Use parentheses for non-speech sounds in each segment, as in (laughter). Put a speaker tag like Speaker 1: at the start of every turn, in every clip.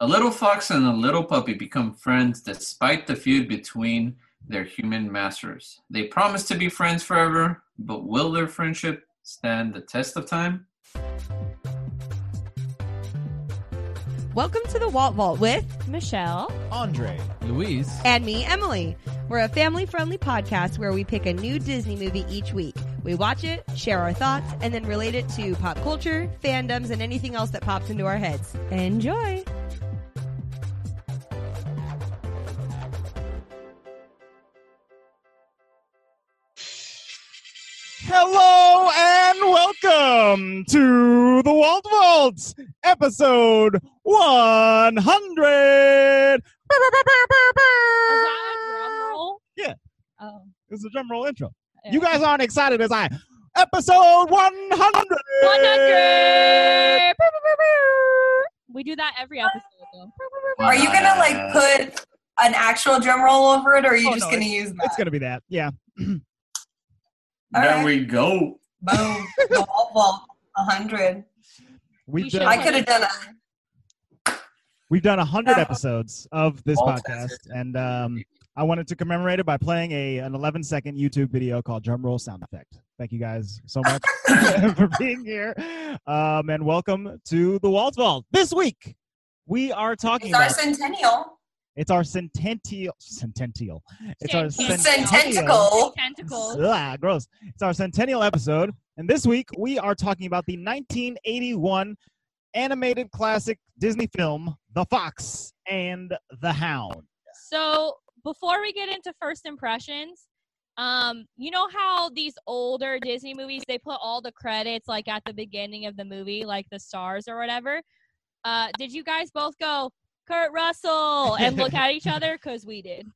Speaker 1: A little fox and a little puppy become friends despite the feud between their human masters. They promise to be friends forever, but will their friendship stand the test of time?
Speaker 2: Welcome to the Walt Vault with
Speaker 3: Michelle.
Speaker 4: Andre,
Speaker 5: Louise.
Speaker 2: and me, Emily. We're a family friendly podcast where we pick a new Disney movie each week. We watch it, share our thoughts, and then relate it to pop culture, fandoms, and anything else that pops into our heads.
Speaker 3: Enjoy.
Speaker 4: Hello and welcome to the Walt Waltz, episode 100. Ah. Yeah.
Speaker 3: Oh.
Speaker 4: It's a drum roll intro.
Speaker 3: yeah.
Speaker 4: You guys aren't excited as I am. Episode 100.
Speaker 3: 100! We do that every episode. Though.
Speaker 6: Are you gonna like
Speaker 1: Uh,
Speaker 6: put an actual drum roll over it, or are you
Speaker 4: Oh,
Speaker 6: just
Speaker 4: no,
Speaker 6: gonna use that?
Speaker 4: It's going to be that. Yeah.
Speaker 1: There
Speaker 6: Alright.
Speaker 1: we go.
Speaker 4: (laughs)
Speaker 6: Boom! The wall, wall, a hundred.
Speaker 4: We've
Speaker 3: You should
Speaker 4: done,
Speaker 6: I coulda done
Speaker 4: we've done 100
Speaker 6: No.
Speaker 4: episodes of this
Speaker 1: Walt
Speaker 4: podcast,
Speaker 1: has
Speaker 4: and um, I wanted to commemorate it by playing a an 11 second YouTube video called Drum Roll Sound Effect. Thank you guys so
Speaker 6: (laughs)
Speaker 4: much (laughs) for being here, um, and welcome to the Walt Vault. This week we are talking
Speaker 6: It's our
Speaker 4: about
Speaker 6: centennial.
Speaker 4: it's our centennial centennial. It's our
Speaker 3: Centennial.
Speaker 4: centennial.
Speaker 6: Cententical.
Speaker 3: Tentacles.
Speaker 4: Ugh, gross. It's our centennial episode, and this week we are talking about the 1981 animated classic Disney film The Fox and the Hound.
Speaker 3: So before we get into first impressions, um, you know how these older Disney movies they put all the credits like at the beginning of the movie, like the stars or whatever. Uh, did you guys both go Kurt Russell and look at each
Speaker 4: (laughs)
Speaker 3: other? Cause we did.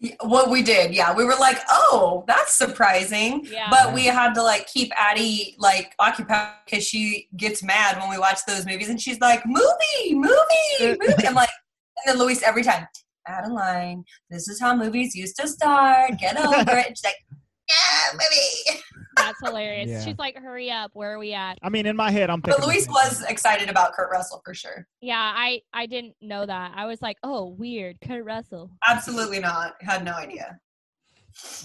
Speaker 6: Yeah, What we did, yeah, we were like, oh, that's surprising.
Speaker 3: Yeah.
Speaker 6: But we had to like keep Addie like occupied because she gets mad when we watch those movies, and she's like, movie,
Speaker 4: (laughs)
Speaker 6: movie, movie. I'm like, and then Luis every time, Adeline, this is how movies used to start. Get over it. And she's like, yeah, movie.
Speaker 3: That's hilarious.
Speaker 4: Yeah.
Speaker 3: She's like, hurry up, where are we at?
Speaker 4: I mean, in my head, I'm
Speaker 6: But
Speaker 4: thinking. the
Speaker 6: Luis
Speaker 4: same
Speaker 6: was
Speaker 4: thing.
Speaker 6: excited about Kurt Russell for sure.
Speaker 3: Yeah, I I didn't know that. I was like, oh, weird, Kurt Russell.
Speaker 6: Absolutely not. Had no idea.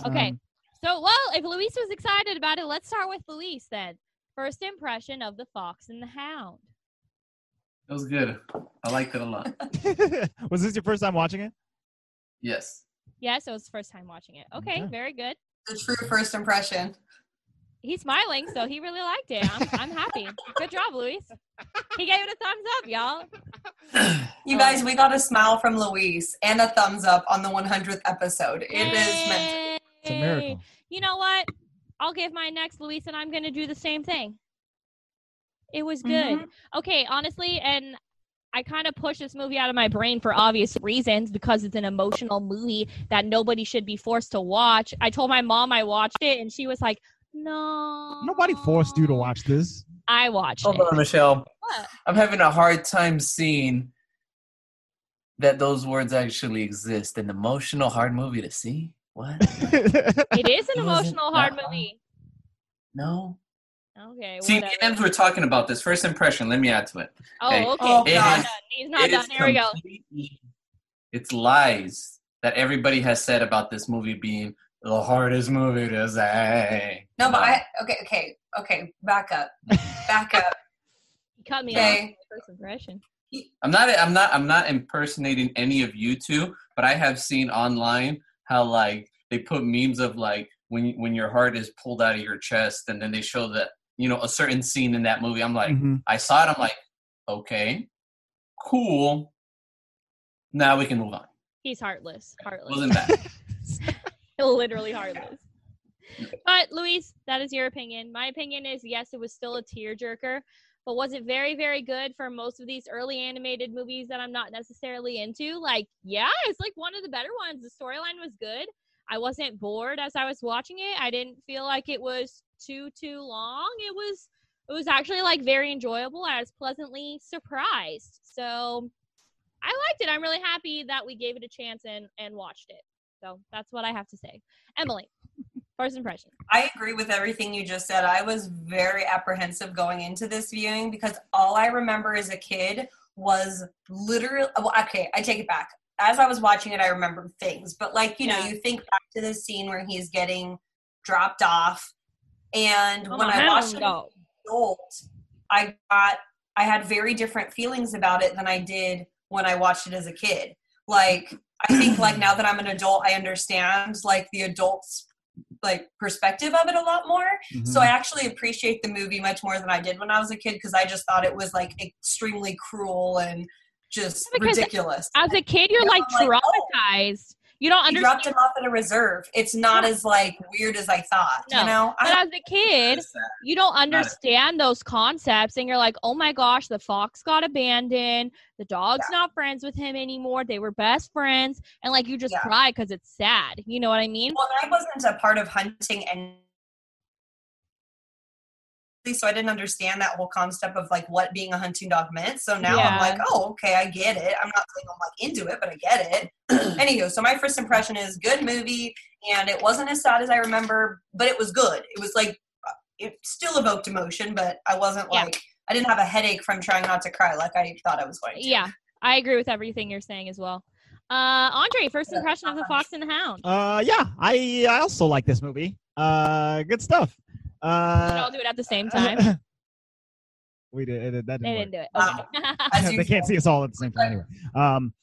Speaker 3: Okay.
Speaker 4: Um,
Speaker 3: So, well, if Luis was excited about it, let's start with Luis then. First impression of the fox and the hound.
Speaker 1: That was good. I liked it a
Speaker 6: (laughs)
Speaker 1: lot.
Speaker 4: (laughs) was this your first time watching it?
Speaker 1: Yes.
Speaker 3: Yes, it was the first time watching it. Okay,
Speaker 4: Okay.
Speaker 3: very good.
Speaker 6: The true first impression.
Speaker 3: He's smiling, so he really liked it. I'm, I'm happy. Good job, Luis. He gave it a thumbs up, y'all.
Speaker 6: You guys, we got a smile from Luis and a thumbs up on the 100th episode. It is meant.
Speaker 4: It's a miracle.
Speaker 3: You know what? I'll give my next Luis, and I'm going to do the same thing. It was good. Okay, honestly, and I kind of pushed this movie out of my brain for obvious reasons because it's an emotional movie that nobody should be forced to watch. I told my mom I watched it, and she was like, "No."
Speaker 4: Nobody forced you to watch (laughs) this.
Speaker 3: I watched
Speaker 7: Hold
Speaker 3: it.
Speaker 7: on, Michelle.
Speaker 3: What?
Speaker 7: I'm having a hard time seeing that those words actually exist. An emotional, hard movie to see? What?
Speaker 6: Mm-hmm.
Speaker 3: It is
Speaker 7: It wasn't
Speaker 3: an emotional
Speaker 7: that
Speaker 3: hard
Speaker 7: long.
Speaker 3: movie.
Speaker 7: No.
Speaker 3: Okay.
Speaker 1: See, me
Speaker 3: whatever.
Speaker 1: and Ed were talking about this first impression. Let me add to it. Hey.
Speaker 3: Oh, okay.
Speaker 6: Oh,
Speaker 3: He's
Speaker 6: God.
Speaker 3: not done. He's not
Speaker 1: It
Speaker 3: done.
Speaker 1: is
Speaker 3: Here we go.
Speaker 1: completely- It's lies that everybody has said about this movie being the hardest movie to say.
Speaker 6: No, but I, okay, okay, okay, back up, back up.
Speaker 3: He cut me off.
Speaker 6: Okay.
Speaker 3: First impression.
Speaker 1: I'm not I'm not I'm not impersonating any of you two, but I have seen online how like they put memes of like when when your heart is pulled out of your chest and then they show that you know a certain scene in that movie. I'm
Speaker 6: Mm.
Speaker 1: like
Speaker 4: Mhm.
Speaker 1: I saw it I'm like okay. Cool. Now we can move on.
Speaker 3: He's heartless. Heartless.
Speaker 1: Wasn't bad.
Speaker 3: (laughs) literally heartless. But Luis, that is your opinion. My opinion is yes, it was still a tearjerker, but was it very, very good for most of these early animated movies that I'm not necessarily into? Like, yeah, it's like one of the better ones. The storyline was good. I wasn't bored as I was watching it. I didn't feel like it was too too long. It was it was actually like very enjoyable. I was pleasantly surprised. So I liked it. I'm really happy that we gave it a chance and and watched it. So that's what I have to say. Emily, first impression.
Speaker 6: I agree with everything you just said. I was very apprehensive going into this viewing because all I remember as a kid was literally well, okay. I take it back. As I was watching it, I remembered things, but like you know,
Speaker 3: Yeah.
Speaker 6: you think back to the scene where he's getting dropped off, and
Speaker 3: I'm
Speaker 6: when
Speaker 3: a
Speaker 6: I watched
Speaker 3: hound
Speaker 6: it,
Speaker 3: dog.
Speaker 6: adult, I got I had very different feelings about it than I did when I watched it as a kid. Like I think like now that I'm an adult, I understand like the adults like perspective of it a lot more.
Speaker 4: Mm-hmm.
Speaker 6: So I actually appreciate the movie much more than I did when I was a kid because I just thought it was like extremely cruel and just
Speaker 3: Because
Speaker 6: ridiculous.
Speaker 3: As a kid, you're
Speaker 6: Yeah,
Speaker 3: like
Speaker 6: I'm like, oh.
Speaker 3: traumatized. You don't
Speaker 6: He dropped
Speaker 3: understand.
Speaker 6: him off at a reserve. It's not as like weird as I thought.
Speaker 3: No,
Speaker 6: You know,
Speaker 3: But
Speaker 6: I,
Speaker 3: as a kid,
Speaker 1: It's that.
Speaker 3: you don't
Speaker 1: it.
Speaker 3: understand those concepts and you're like oh my gosh the fox got abandoned the dog's not friends with him anymore they were best friends and like you just
Speaker 6: Yeah. Oh,
Speaker 3: cry because it's sad you know what i mean
Speaker 6: well, I wasn't a part of hunting and so I didn't understand that whole concept of like what being a hunting dog meant. So now I'm
Speaker 3: Yeah.
Speaker 6: like, oh, okay, I get it. I'm not saying I'm like into it, but I get it. (clears throat) Anywho, so my first impression is good movie, and it wasn't as sad as I remember, but it was good. It was like uh, it still evoked emotion, but I wasn't
Speaker 3: Yeah.
Speaker 6: like I didn't have a headache from trying not to cry like I thought I was going to.
Speaker 3: yeah i agree with everything you're saying as well uh andre first impression of the fox and the hound
Speaker 4: Uh, yeah, I I also like this movie. Uh, good stuff.
Speaker 3: we should
Speaker 4: Uh,
Speaker 3: all do it at the
Speaker 4: (laughs)
Speaker 3: same time
Speaker 4: we did it, that
Speaker 3: they
Speaker 4: didn't work.
Speaker 3: didn't do it
Speaker 6: Wow.
Speaker 3: okay. (laughs)
Speaker 6: As
Speaker 4: (laughs) they
Speaker 6: usual.
Speaker 4: can't see us all at the same time anyway. Um,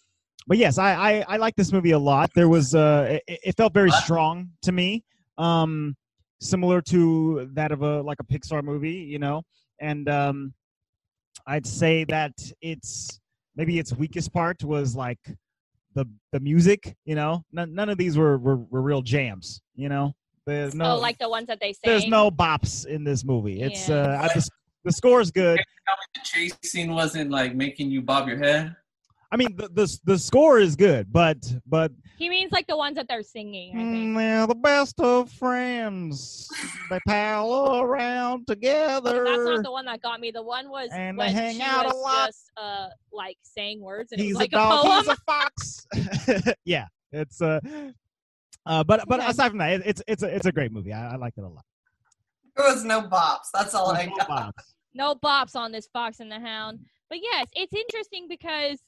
Speaker 4: but yes, I, I I like this movie a lot. There was uh, it, it felt very strong to me, um, similar to that of a like a Pixar movie, you know. And um, I'd say that it's maybe its weakest part was like the the music, you know. None, none of these were, were were real jams, you know. There's no
Speaker 3: oh like the ones that they say
Speaker 4: there's no bops in this movie. It's
Speaker 3: Yeah.
Speaker 4: uh, I, the, the score's good.
Speaker 1: The chase scene wasn't like making you bob your head.
Speaker 4: I mean, the, the the score is good, but but
Speaker 3: he means like the ones that they're singing i think
Speaker 4: Mm, they're the best of friends. They pal around together.
Speaker 3: That's not the one that got me. The one was
Speaker 4: Mm, And they
Speaker 3: when
Speaker 4: hang
Speaker 3: she
Speaker 4: out a
Speaker 3: was
Speaker 4: lot.
Speaker 3: just uh like saying words and it
Speaker 4: he's
Speaker 3: was like
Speaker 4: a
Speaker 3: a,
Speaker 4: dog.
Speaker 3: poem.
Speaker 4: He's a fox. (laughs) yeah, it's uh, uh, but but
Speaker 3: Okay.
Speaker 4: aside from that, it, it's it's a, it's a great movie. I, I like it a lot.
Speaker 6: There was no bops. That's all I got. (laughs)
Speaker 4: Bops.
Speaker 3: no bops on this fox and the hound. But yes, it's interesting because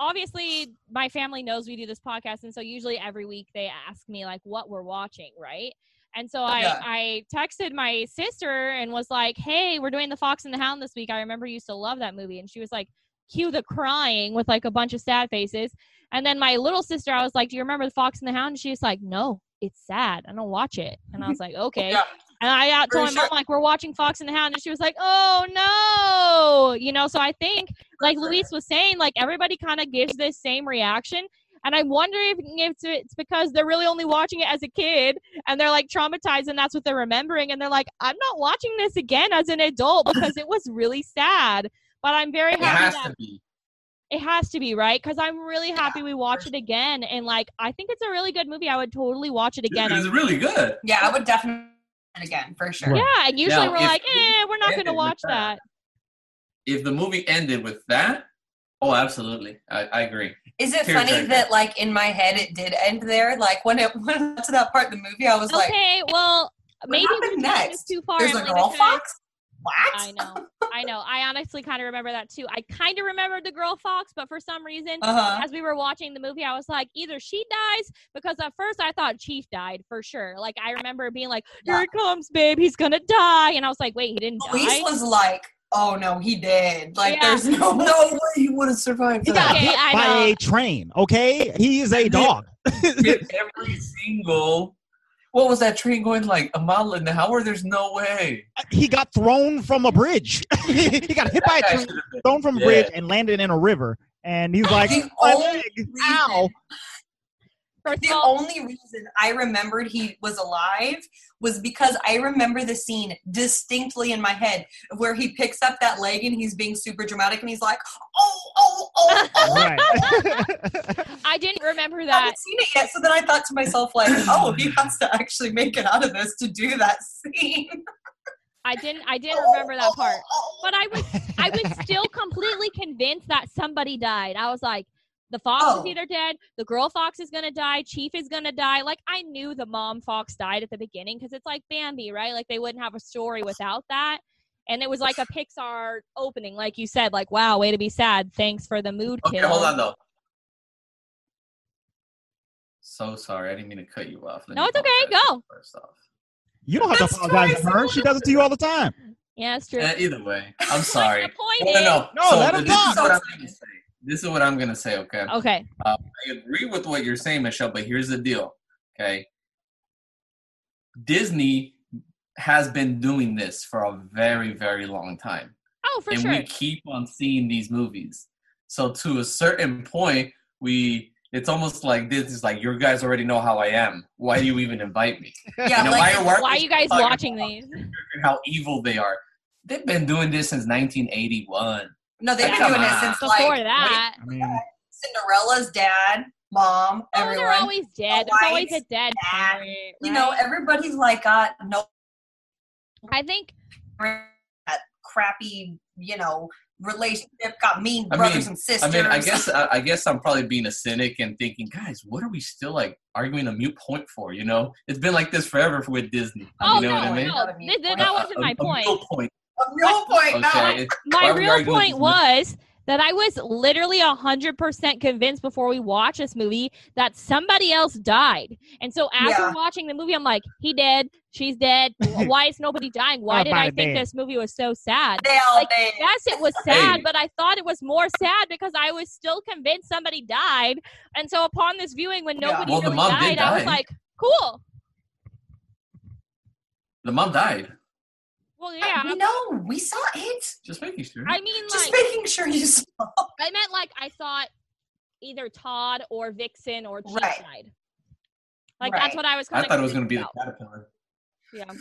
Speaker 3: obviously my family knows we do this podcast, and so usually every week they ask me like what we're watching, right? And so I,
Speaker 6: Yeah.
Speaker 3: I texted my sister and was like, "Hey, we're doing the Fox and the Hound this week. I remember you used to love that movie." And she was like, "Cue the crying with like a bunch of sad faces." And then my little sister, I was like, "Do you remember the Fox and the Hound?" And she's like, "No, it's sad. I don't watch it." And I
Speaker 1: (laughs)
Speaker 3: was like, "Okay."
Speaker 6: Yeah.
Speaker 3: And I got
Speaker 6: For
Speaker 3: told my
Speaker 6: sure.
Speaker 3: mom like we're watching Fox and the Hound, and she was like, "Oh no!" You know. So I
Speaker 1: (laughs)
Speaker 3: think, like Luis was saying, like everybody kind of gives this same reaction, and I'm wondering if it's, it's because they're really only watching it as a kid, and they're like traumatized, and that's what they're remembering, and they're like, "I'm not watching this again as an adult because it was really sad." But I'm very
Speaker 1: It
Speaker 3: happy
Speaker 1: has
Speaker 3: that
Speaker 1: to be.
Speaker 3: it has to be right because I'm really happy we watched it again, and like I think it's a really good movie. I would totally watch it again.
Speaker 1: Dude, it's really good.
Speaker 6: Yeah, I would definitely do it again for sure.
Speaker 4: Right.
Speaker 3: yeah, and usually
Speaker 1: Now,
Speaker 3: we're
Speaker 1: if
Speaker 3: like,
Speaker 1: we
Speaker 3: eh, we're not going
Speaker 1: ended
Speaker 3: to
Speaker 1: with
Speaker 3: watch that.
Speaker 1: that, If the movie ended with that, oh, absolutely, I, I agree.
Speaker 6: Is it
Speaker 1: Tears
Speaker 6: funny
Speaker 1: right
Speaker 6: that like in my head it did end there? Like when it (laughs) when it got to that part of the movie, I was like,
Speaker 3: okay, well, maybe
Speaker 6: happened
Speaker 3: we next? this
Speaker 6: next?
Speaker 3: too far.
Speaker 6: "There's a
Speaker 3: Emily,
Speaker 6: girl
Speaker 3: because-
Speaker 6: fox." What?
Speaker 3: I know, I know. I honestly kind of remember that too. I kind of remembered the girl fox, but for some reason,
Speaker 6: Uh huh.
Speaker 3: as we were watching the movie, I was like, either she dies because at first I thought Chief died for sure. Like I remember being like, here
Speaker 6: Yeah.
Speaker 3: it comes, babe, he's gonna die, and I was like, wait, he didn't
Speaker 6: Luis
Speaker 3: die.
Speaker 6: was like, "Oh no, he did." Like
Speaker 3: Yeah.
Speaker 6: there's no
Speaker 7: No way you would have survived
Speaker 4: He got
Speaker 3: Okay,
Speaker 4: hit
Speaker 3: I
Speaker 4: by
Speaker 3: know.
Speaker 4: a train. Okay, he is a dog.
Speaker 7: Hit every single. What was that train going like a mile an hour? There's no way.
Speaker 4: he got thrown from a bridge. (laughs) he got hit
Speaker 7: That guy
Speaker 4: by a train,
Speaker 7: should've been-
Speaker 4: thrown from a
Speaker 7: Yeah.
Speaker 4: bridge, and landed in a river. And he's like,
Speaker 6: The
Speaker 4: "My
Speaker 6: only
Speaker 4: leg,
Speaker 6: reason-
Speaker 4: ow!"
Speaker 3: First of
Speaker 6: The
Speaker 3: all,
Speaker 6: only reason I remembered he was alive was because I remember the scene distinctly in my head where he picks up that leg and he's being super dramatic and he's like, "Oh, oh, oh, oh."
Speaker 4: Right.
Speaker 6: (laughs)
Speaker 4: (laughs)
Speaker 3: I didn't remember
Speaker 6: I
Speaker 3: that.
Speaker 6: haven't seen it yet. So then I thought to myself,
Speaker 3: (clears throat)
Speaker 6: like, oh, he has to actually make it out of this to do that scene.
Speaker 3: I didn't. I didn't remember that part. but I was
Speaker 1: (laughs)
Speaker 3: I was still completely convinced that somebody died. I was like, the fox is
Speaker 6: Oh.
Speaker 3: either dead, the girl fox is gonna die, Chief is gonna die. Like I knew the mom fox died at the beginning because it's like Bambi, right? Like they wouldn't have a story without that. and it was like a Pixar opening, like you said, like wow, way to be sad. Thanks for the mood
Speaker 1: Okay,
Speaker 3: kill.
Speaker 1: hold on though. So sorry, I didn't mean to cut you off. Let
Speaker 3: No,
Speaker 1: me
Speaker 3: it's okay,
Speaker 1: apologize
Speaker 3: go.
Speaker 1: First off,
Speaker 4: You don't have to
Speaker 6: That's
Speaker 4: apologize to
Speaker 6: twice
Speaker 4: her. She does it to you all the time.
Speaker 3: Yeah, it's true.
Speaker 1: Eh, either way,
Speaker 3: (laughs)
Speaker 1: I'm
Speaker 3: But
Speaker 1: sorry.
Speaker 3: The
Speaker 1: No,
Speaker 3: point
Speaker 1: no,
Speaker 3: is,
Speaker 1: no.
Speaker 4: No,
Speaker 1: so
Speaker 4: let him
Speaker 1: this
Speaker 4: talk.
Speaker 1: is what I'm gonna say. This is what I'm gonna say. Okay,
Speaker 3: okay,
Speaker 1: I agree with what you're saying, Michelle. But here's the deal. Okay, Disney has been doing this for a very, very long time.
Speaker 3: oh for
Speaker 1: and
Speaker 3: sure,
Speaker 1: we keep on seeing these movies. So to a certain point, we it's almost like this is like you guys already know how I am. Why do you even invite me?
Speaker 6: Yeah,
Speaker 1: (laughs) You know,
Speaker 6: like,
Speaker 1: why,
Speaker 3: why are you guys
Speaker 1: talking
Speaker 3: watching
Speaker 1: about
Speaker 3: these?
Speaker 1: How evil they are. They've been doing this since 1981.
Speaker 6: no, they've been
Speaker 1: Come
Speaker 6: doing it
Speaker 1: on.
Speaker 6: since
Speaker 3: Before
Speaker 6: like
Speaker 3: that,
Speaker 4: I mean,
Speaker 6: Cinderella's dad, mom,
Speaker 3: oh, they're
Speaker 6: everyone.
Speaker 3: always dead.
Speaker 6: The
Speaker 3: There's always a
Speaker 6: wives,
Speaker 3: dead
Speaker 6: that,
Speaker 3: parent.
Speaker 6: you know,
Speaker 3: right?
Speaker 6: everybody's like got no
Speaker 3: I think
Speaker 6: that crappy, you know, relationship, got mean
Speaker 1: I
Speaker 6: brothers
Speaker 1: mean-
Speaker 6: and
Speaker 1: I
Speaker 6: sisters.
Speaker 1: mean, I guess I, I guess I'm probably being a cynic and thinking, guys, what are we still like arguing a mute point for? You know, it's been like this forever with Disney.
Speaker 3: Oh
Speaker 1: you know
Speaker 3: no,
Speaker 1: what I mean?
Speaker 3: no, th- th- that wasn't
Speaker 1: A-
Speaker 3: my
Speaker 1: a- a
Speaker 3: point.
Speaker 1: mute point.
Speaker 6: A real point. no.
Speaker 1: Okay. Why
Speaker 3: My
Speaker 1: are we
Speaker 3: real
Speaker 1: arguing with
Speaker 3: point
Speaker 1: this
Speaker 3: was that I was literally hundred percent convinced before we watched this movie that somebody else died, and so after
Speaker 6: Yeah.
Speaker 3: watching the movie, I'm like, he dead, she's
Speaker 1: (laughs)
Speaker 3: dead. Why is nobody dying? Why did I
Speaker 4: Nobody
Speaker 3: think
Speaker 4: dead.
Speaker 3: this movie was so sad?
Speaker 6: They all
Speaker 3: Like,
Speaker 6: did.
Speaker 3: Yes, it was sad,
Speaker 1: Hey.
Speaker 3: but I thought it was more sad because I was still convinced somebody died, and so upon this viewing, when
Speaker 6: Yeah.
Speaker 3: nobody
Speaker 1: Well, the
Speaker 3: really
Speaker 1: mom
Speaker 3: died,
Speaker 1: did
Speaker 3: I was
Speaker 1: die.
Speaker 3: like, cool.
Speaker 1: The mom died.
Speaker 3: Well, yeah.
Speaker 6: We know. We saw it.
Speaker 1: Just making sure.
Speaker 3: I mean,
Speaker 6: Just
Speaker 3: like,
Speaker 6: making sure you saw
Speaker 3: I meant like I thought either Todd or Vixen or Chief
Speaker 6: Right.
Speaker 3: died. Like
Speaker 6: Right.
Speaker 3: that's what I was.
Speaker 1: I
Speaker 3: kinda
Speaker 1: thought it was going to be
Speaker 3: confused
Speaker 1: the caterpillar
Speaker 3: about.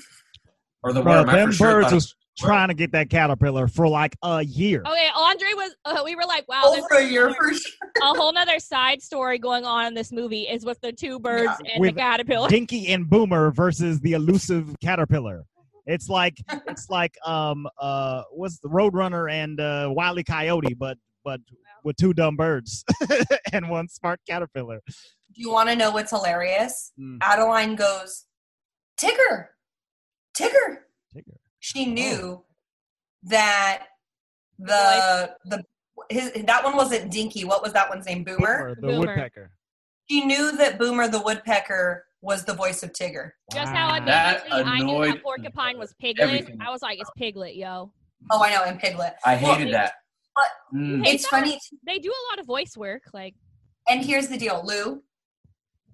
Speaker 1: or the
Speaker 4: bro,
Speaker 1: worm. I
Speaker 4: them
Speaker 1: for sure
Speaker 4: birds
Speaker 1: thought it
Speaker 4: was trying to get that caterpillar for like a year.
Speaker 3: Yeah. Okay, Andre was. (laughs) Uh, we were like, wow, there's
Speaker 6: over a year for sure.
Speaker 3: a whole nother side story going on in this movie is with the two birds and
Speaker 4: With
Speaker 3: the caterpillar.
Speaker 4: Dinky and Boomer versus the elusive caterpillar. It's like it's like um uh what's the Roadrunner and uh Wile E. Coyote, but but with two dumb birds (laughs) and one smart caterpillar.
Speaker 6: Do you want to know what's hilarious?
Speaker 4: Mm.
Speaker 6: Adeline goes, Tigger, Tigger.
Speaker 4: Tigger. Oh.
Speaker 6: She knew that the the his, that one wasn't Dinky. What was that one's name?
Speaker 4: Boomer,
Speaker 6: Boomer.
Speaker 4: the
Speaker 3: Boomer.
Speaker 4: woodpecker.
Speaker 6: She knew that Boomer the woodpecker was the voice of Tigger.
Speaker 3: Just how
Speaker 4: Wow.
Speaker 1: That
Speaker 3: initially I knew
Speaker 1: annoyed
Speaker 3: that porcupine was piglet.
Speaker 1: Everything.
Speaker 3: I was like, it's piglet, yo.
Speaker 6: Oh, I know, and Piglet.
Speaker 1: I
Speaker 3: Well,
Speaker 1: hated
Speaker 3: it-
Speaker 1: that.
Speaker 6: but-
Speaker 1: Mm.
Speaker 3: Hey,
Speaker 6: It's
Speaker 3: that-
Speaker 6: funny.
Speaker 3: They do a lot of voice work. Like,
Speaker 6: And here's the deal, Lou.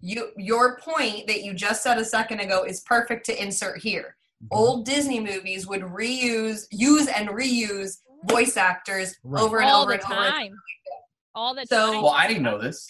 Speaker 6: You your point that you just said a second ago is perfect to insert here.
Speaker 1: Mm-hmm.
Speaker 6: Old Disney movies would reuse, use, and reuse voice actors
Speaker 4: Right.
Speaker 6: over and
Speaker 3: all
Speaker 6: over
Speaker 3: the
Speaker 6: and over.
Speaker 3: time. All the
Speaker 6: So-
Speaker 3: time.
Speaker 1: Well, I didn't know this.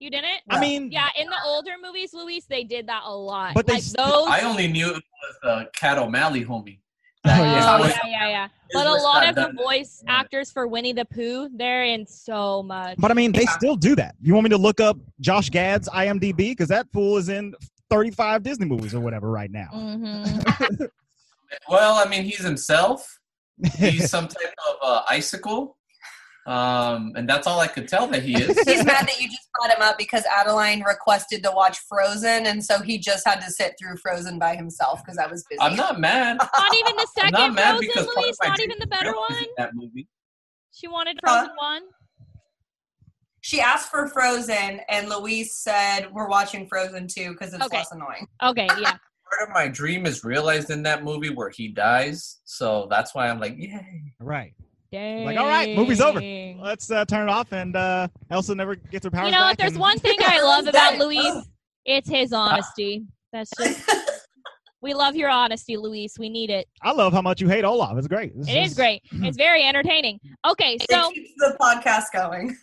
Speaker 3: You didn't?
Speaker 4: I mean
Speaker 3: Yeah, in the older movies, Luis, they did that a lot.
Speaker 4: But they
Speaker 3: like
Speaker 4: still-
Speaker 3: those.
Speaker 1: I only knew it was uh, Cat O'Malley, homie.
Speaker 4: Oh,
Speaker 3: Oh,
Speaker 4: yeah.
Speaker 3: yeah,
Speaker 1: His
Speaker 3: yeah, yeah,
Speaker 1: voice
Speaker 3: But a lot
Speaker 1: got
Speaker 3: of the
Speaker 1: done.
Speaker 3: voice
Speaker 1: Yeah.
Speaker 3: actors for Winnie the Pooh, they're in so much.
Speaker 4: But I mean, they
Speaker 6: Yeah.
Speaker 4: still do that. You want me to look up Josh Gad's IMDb because that fool is in 35 Disney movies or whatever right now.
Speaker 1: Mm-hmm.
Speaker 3: Mhm.
Speaker 1: Well, I mean, he's himself. He's some type of uh, icicle, um, and that's all I could tell that he
Speaker 6: (laughs)
Speaker 1: is.
Speaker 6: He's mad that you just brought him up because Adeline requested to watch Frozen, and so he just had to sit through Frozen by himself because I was busy.
Speaker 1: I'm not mad.
Speaker 3: not
Speaker 1: (laughs)
Speaker 3: even the
Speaker 1: I'm not
Speaker 3: second
Speaker 1: mad
Speaker 3: Frozen,
Speaker 1: because part
Speaker 3: Luis.
Speaker 1: of my
Speaker 3: Not
Speaker 1: dream
Speaker 3: even the
Speaker 1: was
Speaker 3: better
Speaker 1: realizing
Speaker 3: one.
Speaker 1: That movie.
Speaker 3: She wanted
Speaker 6: Huh?
Speaker 3: Frozen one.
Speaker 6: She asked for Frozen, and Louise said, "We're watching Frozen too because it's
Speaker 3: Okay.
Speaker 6: less annoying."
Speaker 3: Okay, yeah.
Speaker 1: Part of my dream is realized in that movie where he dies. So that's why I'm like, yay.
Speaker 4: right.
Speaker 3: Dang.
Speaker 4: Like, all right, movie's over.
Speaker 3: You
Speaker 4: Let's uh, turn it off and uh, Elsa never gets her powers
Speaker 3: know, if
Speaker 4: back
Speaker 3: there's
Speaker 4: and-
Speaker 1: (laughs)
Speaker 3: one thing I love about
Speaker 6: That-
Speaker 3: Luis, it's his
Speaker 1: Ah.
Speaker 3: honesty. That's just.
Speaker 1: (laughs)
Speaker 3: We love your honesty, Luis. We need it.
Speaker 4: I love how much you hate Olaf. It's great. This
Speaker 3: It
Speaker 4: (laughs)
Speaker 3: is
Speaker 4: (clears throat)
Speaker 3: great. It's very entertaining. Okay, so
Speaker 6: it keeps the podcast going.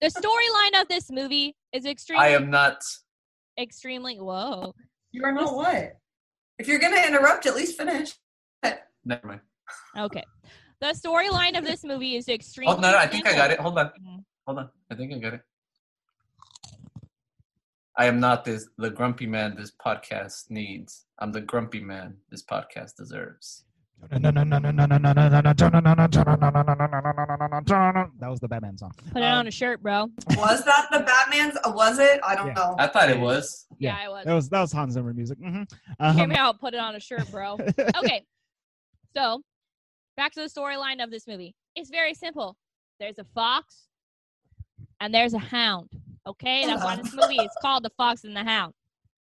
Speaker 3: the storyline of this movie is extremely,
Speaker 1: I am not.
Speaker 3: extremely. Whoa.
Speaker 6: You are not what? If you're gonna interrupt, at least finish.
Speaker 1: Never mind.
Speaker 3: Okay. The storyline of this movie is extremely.
Speaker 1: Oh no, no, I think I got
Speaker 3: simple.
Speaker 1: it. Hold on,
Speaker 3: Mhm.
Speaker 1: hold on. I think I got it. I am not this the grumpy man this podcast needs. I'm the grumpy man this podcast deserves.
Speaker 4: That was the Batman song.
Speaker 3: Put it
Speaker 4: Um,
Speaker 3: on a shirt, bro.
Speaker 6: Was that the Batman's? Was it? I don't
Speaker 4: Yeah.
Speaker 6: know.
Speaker 1: I thought it was.
Speaker 3: Yeah,
Speaker 4: yeah. Uh-huh.
Speaker 3: I was.
Speaker 4: That was that was Hans (laughs) Zimmer music. hmm (laughs)
Speaker 3: Oh, Came out, put it on a shirt, bro. Okay. So Back to the storyline of this movie. It's very simple. There's a fox and there's a hound. Okay, that's why this movie is called The Fox and the Hound.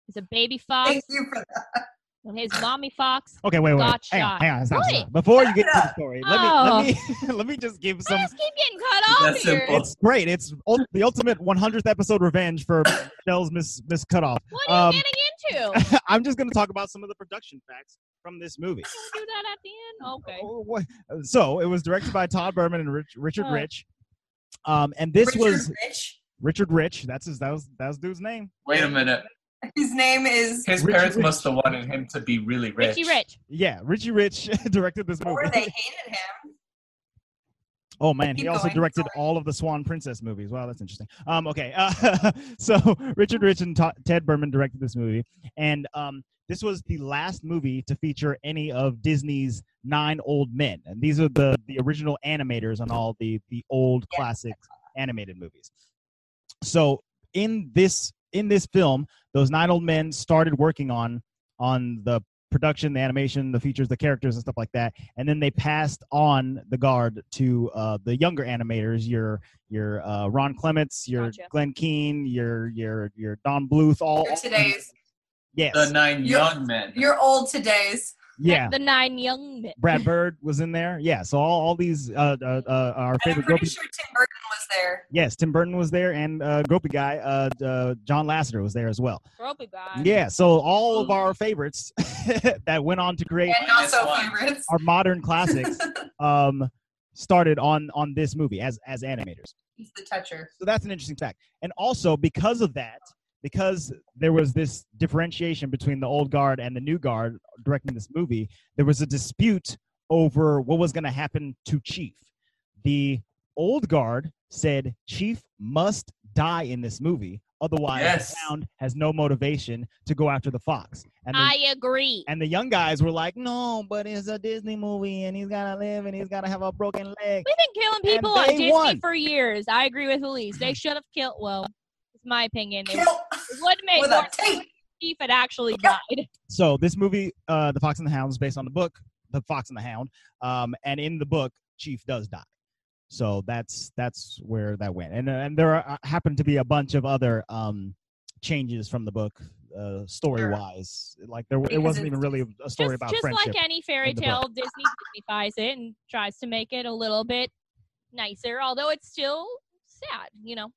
Speaker 3: It's a baby fox
Speaker 6: Thank you for that.
Speaker 3: and his mommy fox.
Speaker 4: Okay, wait, wait.
Speaker 3: Got
Speaker 4: Hang on,
Speaker 3: shot.
Speaker 4: hang on. Stop,
Speaker 3: Wait.
Speaker 4: stop. Before you get to the
Speaker 3: (laughs)
Speaker 4: story, let me
Speaker 3: Oh.
Speaker 4: let me (laughs) let me just give
Speaker 3: I
Speaker 4: some.
Speaker 3: just keep getting cut off
Speaker 1: That's
Speaker 3: here.
Speaker 1: simple.
Speaker 4: It's great. It's ul- the ultimate 100th episode revenge for (laughs) Michelle's miss miss cutoff. (laughs)
Speaker 3: What are you
Speaker 4: Um,
Speaker 3: getting
Speaker 4: (laughs)
Speaker 3: into?
Speaker 4: I'm just going to talk about some of the production facts from this movie.
Speaker 3: do that at the end? Okay.
Speaker 4: Oh, what- So it was directed by Todd Berman and Rich, Richard
Speaker 3: Oh.
Speaker 4: Rich. Um, and this
Speaker 6: Richard
Speaker 4: was
Speaker 6: Rich.
Speaker 4: Richard Rich. That's his. That was that was dude's name.
Speaker 1: Wait a minute.
Speaker 6: His
Speaker 4: (laughs)
Speaker 6: name is.
Speaker 1: His
Speaker 4: Richie
Speaker 1: parents
Speaker 4: Rich.
Speaker 1: must have wanted him to be really rich.
Speaker 3: Richie Rich.
Speaker 4: Yeah, Richie Rich (laughs) directed this
Speaker 6: Or
Speaker 4: movie.
Speaker 6: they hated him.
Speaker 4: Oh man, he
Speaker 6: Keep
Speaker 4: also
Speaker 6: going,
Speaker 4: directed all of the Swan Princess movies. Wow, that's interesting. Um, okay, uh, (laughs) so Richard Rich and Ta Ted Berman directed this movie, and um, this was the last movie to feature any of Disney's nine old men, and these are the the original animators on all the the old
Speaker 6: Yeah.
Speaker 4: classic animated movies. So in this in this film, those nine old men started working on on the production, the animation, the features, the characters, and stuff like that. And then they passed on the guard to uh, the younger animators. Your your uh, Ron Clements, your
Speaker 3: Gotcha.
Speaker 4: Glenn Keane, your your your Don Bluth. All
Speaker 6: Your today's.
Speaker 4: yes,
Speaker 1: The nine
Speaker 6: You're-
Speaker 1: young men.
Speaker 6: Your old today's.
Speaker 4: yeah.
Speaker 3: The nine young men.
Speaker 4: Brad Bird was in there. Yeah, so all, all these uh, uh, uh, our
Speaker 6: And I'm
Speaker 4: favorite
Speaker 6: pretty
Speaker 4: group.
Speaker 6: sure Tim Burton was there.
Speaker 4: Yes, Tim Burton was there, and uh, Gropey guy, uh, uh, John Lasseter was there as well.
Speaker 3: Gropey guy.
Speaker 4: Yeah, so all of our favorites (laughs) that went on to create
Speaker 6: And
Speaker 1: Minus
Speaker 6: also
Speaker 1: one.
Speaker 6: favorites.
Speaker 4: our modern classics um, started on on this movie as as animators.
Speaker 6: He's the toucher.
Speaker 4: So that's an interesting fact. And also because of that, because there was this differentiation between the old guard and the new guard directing this movie, there was a dispute over what was going to happen to Chief. The old guard said Chief must die in this movie, otherwise
Speaker 1: Yes.
Speaker 4: the Hound has no motivation to go after the fox. And the
Speaker 3: I agree.
Speaker 4: and the young guys were like, no, but it's a Disney movie and he's got to live and he's got to have a broken leg.
Speaker 3: We've been killing people on
Speaker 4: they
Speaker 3: Disney
Speaker 4: won.
Speaker 3: for years. I agree with Elise. They should have killed. Well, it's my opinion. It
Speaker 6: Kill
Speaker 3: would make
Speaker 6: with
Speaker 3: more
Speaker 6: a
Speaker 3: sense
Speaker 6: tape.
Speaker 3: if it actually died.
Speaker 4: So this movie, uh, The Fox and the Hound, is based on the book, The Fox and the Hound. Um, and in the book, Chief does die. So that's that's where that went. And, uh, and there are, happened to be a bunch of other um, changes from the book. Uh, story-wise, like there, it
Speaker 6: Because
Speaker 4: wasn't
Speaker 6: it's-
Speaker 4: even really a story
Speaker 3: Just,
Speaker 4: about
Speaker 3: just
Speaker 4: friendship.
Speaker 3: like any fairy
Speaker 4: in the
Speaker 3: tale, Disney Disneyfies it and tries to make it a little bit nicer, although it's still sad, you know.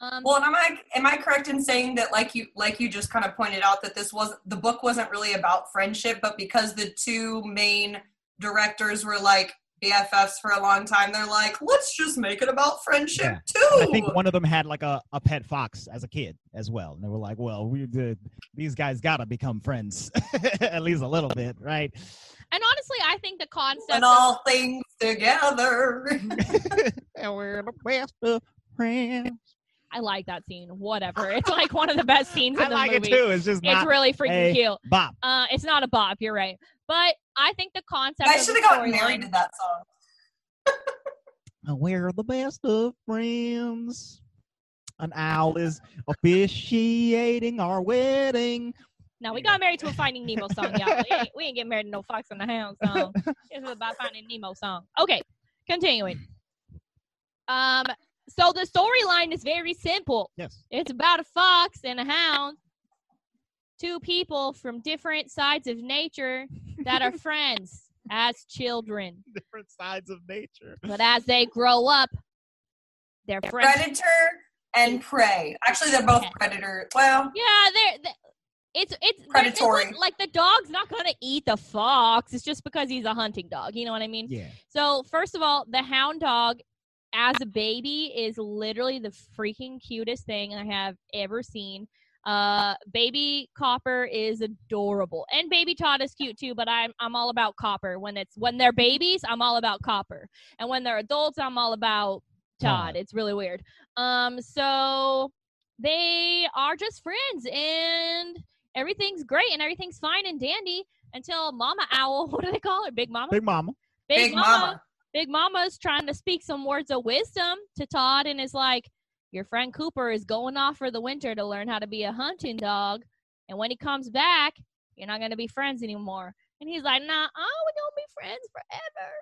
Speaker 3: Um,
Speaker 6: Well, and am I am I correct in saying that like you like you just kind of pointed out that this was the book wasn't really about friendship, but because the two main directors were like BFFs for a long time, they're like, let's just make it about friendship too.
Speaker 4: I think one of them had like a, a pet fox as a kid as well. And they were like, well, we did, these guys got to become friends (laughs) at least a little bit, right?
Speaker 3: and honestly, I think the concept
Speaker 6: and
Speaker 3: of-
Speaker 6: all things together.
Speaker 4: And we're the best of friends.
Speaker 3: I like that scene. Whatever. (laughs) It's like one of the best scenes in
Speaker 4: I
Speaker 3: the
Speaker 4: like
Speaker 3: movie.
Speaker 4: it too. It's just
Speaker 3: It's
Speaker 4: not
Speaker 3: really freaking
Speaker 4: Hey.
Speaker 3: cute.
Speaker 4: Bob.
Speaker 3: Uh, it's not a bop. You're right. But I think the concept.
Speaker 6: I
Speaker 3: of
Speaker 6: should
Speaker 3: the
Speaker 6: have gotten
Speaker 3: storyline-
Speaker 6: married to that song.
Speaker 4: And we're the best of friends. An owl is officiating our wedding.
Speaker 3: No, we got married to a Finding Nemo song, y'all. we, ain't, we ain't getting married to no Fox and the Hound song. This is about Finding Nemo song. Okay, continuing. Um, so the storyline is very simple.
Speaker 4: Yes. (laughs)
Speaker 3: It's about a fox and a hound, two people from different sides of nature that are friends as children,
Speaker 4: Different sides of nature.
Speaker 3: but as they grow up, they're friends.
Speaker 6: Predator and prey. Actually, they're both
Speaker 3: Okay.
Speaker 6: predator. Well,
Speaker 3: Yeah, they're, they it's it's they're- they
Speaker 6: Predatory.
Speaker 3: look- like the dog's not gonna eat the fox. It's just because he's a hunting dog. You know what I mean?
Speaker 4: Yeah.
Speaker 3: So first of all, the hound dog as a baby is literally the freaking cutest thing I have ever seen. Uh, baby Copper is adorable, and Baby Todd is cute too. But I'm I'm all about Copper when it's when they're babies. I'm all about Copper, and when they're adults, I'm all about Todd.
Speaker 4: Todd.
Speaker 3: It's really weird. Um, so they are just friends, and everything's great, and everything's fine and dandy until Mama Owl. (laughs) What do they call her? Big Mama.
Speaker 4: Big
Speaker 3: (laughs)
Speaker 4: Mama.
Speaker 6: Big Mama.
Speaker 3: Big Mama's trying to speak some words of wisdom to Todd and is like, Your friend Cooper is going off for the winter to learn how to be a hunting dog. And when he comes back, you're not going to be friends anymore. And he's like, Nah, oh, we're going to be friends forever.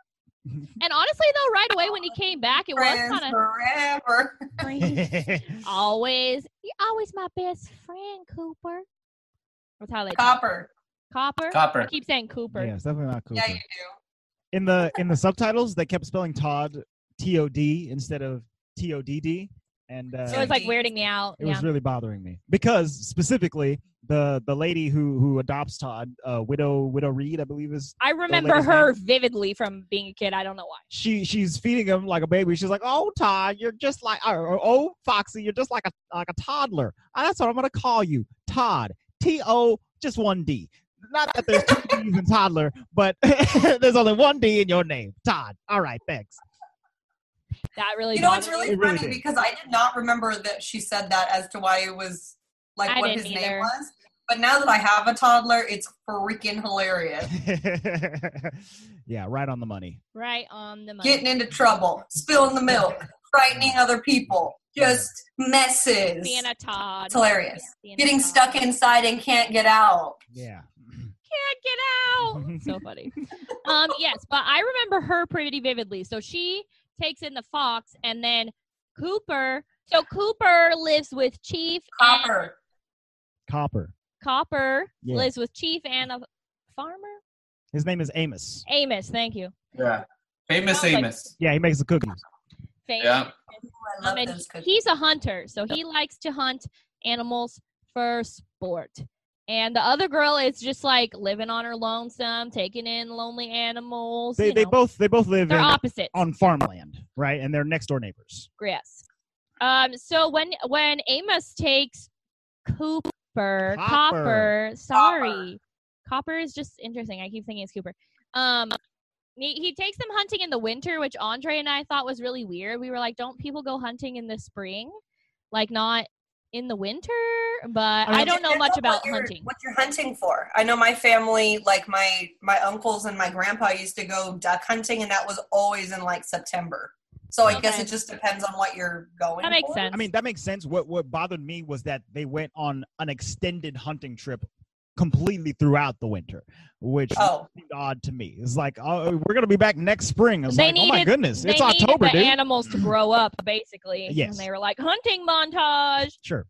Speaker 4: (laughs)
Speaker 3: And honestly, though, right away when he came back, it was
Speaker 6: Friends
Speaker 3: kind of
Speaker 6: forever.
Speaker 3: strange. (laughs)
Speaker 4: (laughs)
Speaker 3: always, you're always my best friend, Cooper. That's how they talk.
Speaker 6: Copper.
Speaker 3: Copper. I
Speaker 1: Copper.
Speaker 3: keep saying Cooper.
Speaker 4: yeah, it's definitely not Cooper.
Speaker 6: Yeah, you do.
Speaker 4: in the in the subtitles, they kept spelling Todd T O D instead of T O D D, and uh,
Speaker 3: So it's like weirding me out.
Speaker 4: it
Speaker 3: yeah.
Speaker 4: was really bothering me because specifically the the lady who who adopts Todd, uh, widow widow Reed, I believe is
Speaker 3: I remember
Speaker 4: lady's
Speaker 3: her vividly from being a kid. I don't know why.
Speaker 4: she she's feeding him like a baby. She's like, "Oh Todd, you're just like or, or, oh Foxy, you're just like a like a toddler. Uh, That's what I'm gonna call you, Todd. T O just one D. Not that there's two D's in toddler, but (laughs) there's only one D in your name, Todd. All right, thanks.
Speaker 3: That really.
Speaker 6: You know what's
Speaker 3: bothered
Speaker 6: really
Speaker 3: me.
Speaker 4: It really
Speaker 6: funny
Speaker 4: did.
Speaker 6: because I did not remember that she said that as to why it was like
Speaker 3: I
Speaker 6: what
Speaker 3: didn't
Speaker 6: his
Speaker 3: either.
Speaker 6: name was. But now that I have a toddler, it's
Speaker 3: (laughs)
Speaker 6: freaking hilarious.
Speaker 4: (laughs) yeah, right on the money.
Speaker 3: right on the money?
Speaker 6: Getting into trouble, spilling the milk, frightening other people, just messes.
Speaker 3: being a Todd.
Speaker 6: It's hilarious.
Speaker 3: Being a (laughs)
Speaker 6: Getting
Speaker 3: Todd.
Speaker 6: stuck inside and can't get out.
Speaker 4: Yeah.
Speaker 3: can't get out. so funny. Um, yes, but I remember her pretty vividly. So she takes in the fox, and then Cooper. So Cooper lives with Chief and
Speaker 6: Copper.
Speaker 4: Copper.
Speaker 3: Copper
Speaker 4: Yeah.
Speaker 3: lives with Chief and a farmer.
Speaker 4: His name is Amos.
Speaker 3: Amos, thank you.
Speaker 1: Yeah. Famous
Speaker 3: Sounds like-
Speaker 1: Amos.
Speaker 4: Yeah, he makes the cookies.
Speaker 3: Famous.
Speaker 1: Yeah.
Speaker 6: Ooh, I
Speaker 3: Um,
Speaker 6: love
Speaker 3: and
Speaker 6: those cookies.
Speaker 3: he's a hunter, so he likes to hunt animals for sport. And the other girl is just like living on her lonesome, taking in lonely animals.
Speaker 4: They
Speaker 3: you
Speaker 4: they
Speaker 3: know.
Speaker 4: both they both live
Speaker 3: they're
Speaker 4: in-
Speaker 3: opposites.
Speaker 4: on farmland, right? And they're next door neighbors.
Speaker 3: Yes. Um, so when when Amos takes Cooper, Copper,
Speaker 4: Copper.
Speaker 3: sorry, Copper is just interesting. I keep thinking it's Cooper. Um, he, he takes them hunting in the winter, which Andre and I thought was really weird. We were like, don't people go hunting in the spring? Like not in the winter? But I don't know much
Speaker 6: Depends on what
Speaker 3: about
Speaker 6: you're-
Speaker 3: hunting.
Speaker 6: What you're hunting for? I know my family, like my my uncles and my grandpa, used to go duck hunting, and that was always in like September. So I guess
Speaker 3: Okay.
Speaker 6: it just depends on what you're going.
Speaker 3: That makes
Speaker 6: for.
Speaker 3: sense.
Speaker 4: I mean, that makes sense. What what bothered me was that they went on an extended hunting trip completely throughout the winter, which
Speaker 6: Oh,
Speaker 4: seemed odd to me. It's like, oh, we're gonna be back next spring. It's
Speaker 3: They
Speaker 4: like, oh my
Speaker 3: needed-
Speaker 4: goodness,
Speaker 3: they
Speaker 4: it's
Speaker 3: needed
Speaker 4: October,
Speaker 3: the
Speaker 4: dude.
Speaker 3: animals to grow up, basically.
Speaker 4: Yes.
Speaker 3: And they were like hunting montage.
Speaker 4: sure.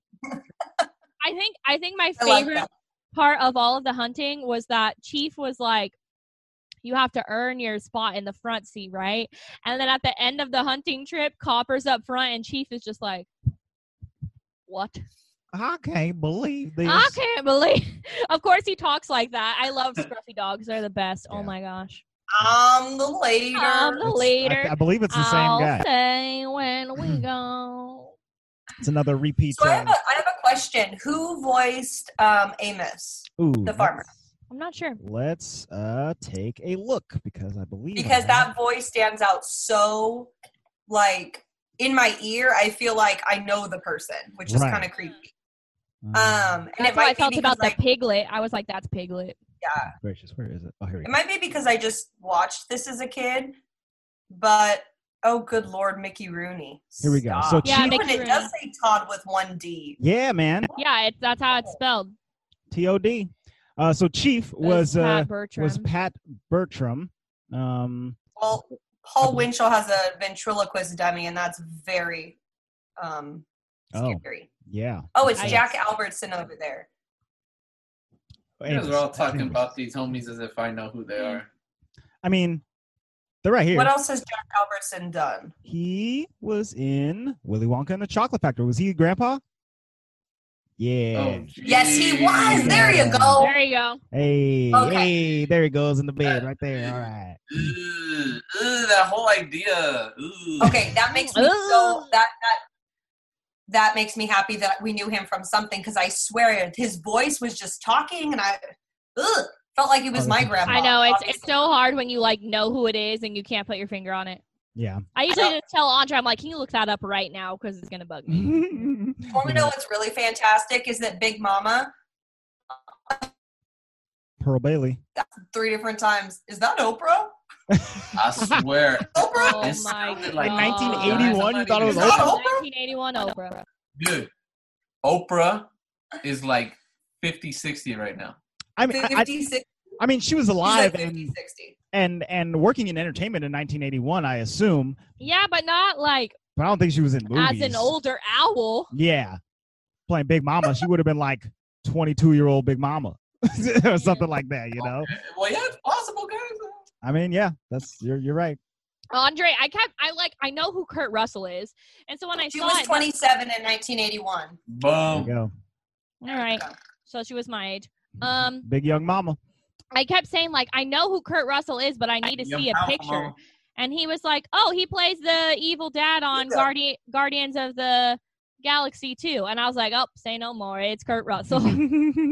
Speaker 3: I think I think my
Speaker 6: I like
Speaker 3: favorite
Speaker 6: that.
Speaker 3: part of all of the hunting was that Chief was like, "You have to earn your spot in the front seat, right?" And then at the end of the hunting trip, Copper's up front, and Chief is just like, "What?
Speaker 4: I can't believe this.
Speaker 3: I can't believe." (laughs) of course, he talks like that.
Speaker 4: (laughs)
Speaker 3: I love scruffy dogs; they're the best.
Speaker 4: Yeah.
Speaker 3: Oh my gosh!
Speaker 6: I'm the later.
Speaker 3: I'm the
Speaker 4: It's- I-
Speaker 3: leader.
Speaker 4: I, believe it's the
Speaker 3: I'll
Speaker 4: same guy.
Speaker 3: say when
Speaker 4: (clears throat)
Speaker 3: we go.
Speaker 4: It's another repeat.
Speaker 6: so I
Speaker 4: uh,
Speaker 6: have, a, I have a question. Who voiced um, Amos?
Speaker 4: ooh,
Speaker 6: the farmer.
Speaker 3: I'm not sure.
Speaker 4: Let's uh take a look because I believe
Speaker 6: Because
Speaker 4: I-
Speaker 6: that voice stands out so, like in my ear. I feel like I know the person, which is
Speaker 4: Right.
Speaker 6: kind of creepy.
Speaker 4: uh,
Speaker 6: Um, and
Speaker 3: That's
Speaker 6: it
Speaker 3: how I
Speaker 6: might
Speaker 3: felt
Speaker 6: be because
Speaker 3: about
Speaker 6: like,
Speaker 3: the piglet. I was like, "That's piglet."
Speaker 6: yeah.
Speaker 4: gracious, where is it? Oh, here we
Speaker 6: It
Speaker 4: go.
Speaker 6: might be because I just watched this as a kid, but oh, good lord, Mickey Rooney.
Speaker 4: Here we go. So
Speaker 6: Stop.
Speaker 4: Yeah, Chief-
Speaker 6: Even
Speaker 3: Mickey
Speaker 6: it does
Speaker 3: Rooney.
Speaker 6: say Todd with one D.
Speaker 4: Yeah, man.
Speaker 3: Yeah, it, that's how it's spelled.
Speaker 4: T O D. Uh, so Chief
Speaker 3: That's
Speaker 4: was uh,
Speaker 3: Pat Bertram.
Speaker 4: was Pat Bertram. Um,
Speaker 6: Paul, Paul Winchell has a ventriloquist dummy, and that's very um,
Speaker 4: Oh.
Speaker 6: scary.
Speaker 4: yeah.
Speaker 6: Oh, it's
Speaker 3: I-
Speaker 6: Jack Albertson over there.
Speaker 1: You guys
Speaker 4: Amos.
Speaker 1: are all talking
Speaker 4: Amos.
Speaker 1: about these homies as if I know who they are.
Speaker 4: I mean, they're right here.
Speaker 6: What else has Jack Albertson done?
Speaker 4: He was in Willy Wonka and the Chocolate Factory. Was he Grandpa? Yeah.
Speaker 1: Oh,
Speaker 6: Yes, he was.
Speaker 1: geez.
Speaker 6: There you go.
Speaker 3: there you go.
Speaker 4: Hey,
Speaker 6: Okay. Uh,
Speaker 4: hey, there he goes in the bed right there. All right.
Speaker 1: Ugh, ugh, that whole idea. Ugh.
Speaker 6: Okay,
Speaker 3: (laughs)
Speaker 6: that makes me so
Speaker 3: Ooh.
Speaker 6: that that that makes me happy that we knew him from something because I swear his voice was just talking, and I ugh, felt like he was
Speaker 4: Oh,
Speaker 6: my
Speaker 4: that's-
Speaker 6: grandma.
Speaker 3: I know it's it's
Speaker 6: obviously.
Speaker 3: so hard when you like know who it is and you can't put your finger on it.
Speaker 6: (laughs)
Speaker 4: Yeah.
Speaker 3: I usually
Speaker 6: don't-
Speaker 3: just tell Andre, I'm like, can you look that up right now because it's gonna
Speaker 4: (laughs)
Speaker 3: bug me.
Speaker 6: Want to know what's really fantastic is that Big Mama
Speaker 4: Pearl Bailey.
Speaker 6: three different times. Is that Oprah?
Speaker 1: I swear.
Speaker 6: Oprah.
Speaker 3: (laughs) Oh
Speaker 1: This
Speaker 3: my
Speaker 1: sounded like
Speaker 3: God.
Speaker 4: 1981, you thought it was
Speaker 6: It's not
Speaker 4: Oprah?
Speaker 3: 1981
Speaker 6: Oprah.
Speaker 3: Oprah.
Speaker 1: Dude, Oprah is like 50, 60 right now.
Speaker 4: I mean, I, I,
Speaker 6: Fifty-six.
Speaker 4: I mean, she was alive
Speaker 6: She's like 50,
Speaker 4: and,
Speaker 6: 60.
Speaker 4: and and working in entertainment in 1981, I assume,
Speaker 3: Yeah, but not like
Speaker 4: but I don't think she was in movies.
Speaker 3: as an older owl.
Speaker 4: yeah, playing Big Mama, she would have been like 22 year old Big Mama (laughs) or something like that. You know,
Speaker 1: Well, yeah, it's possible, guys.
Speaker 4: I mean, yeah, that's you're you're right.
Speaker 3: Andre, I kept I like I know who Kurt Russell is. And so when I
Speaker 6: She
Speaker 3: saw
Speaker 6: was
Speaker 3: it,
Speaker 6: 27 in 1981.
Speaker 4: There you
Speaker 1: Boom.
Speaker 4: go,
Speaker 3: all right. So she was my age. Um
Speaker 4: big young mama.
Speaker 3: I kept saying like I know who Kurt Russell is, but I need to see a
Speaker 1: Young
Speaker 3: picture.
Speaker 1: Alamo.
Speaker 3: And he was like, "Oh, he plays the evil dad on
Speaker 6: Yeah.
Speaker 3: Guardian Guardians of the Galaxy 2." And I was like, "Oh, say no more. It's Kurt
Speaker 4: (laughs)
Speaker 3: Russell."
Speaker 4: Mhm.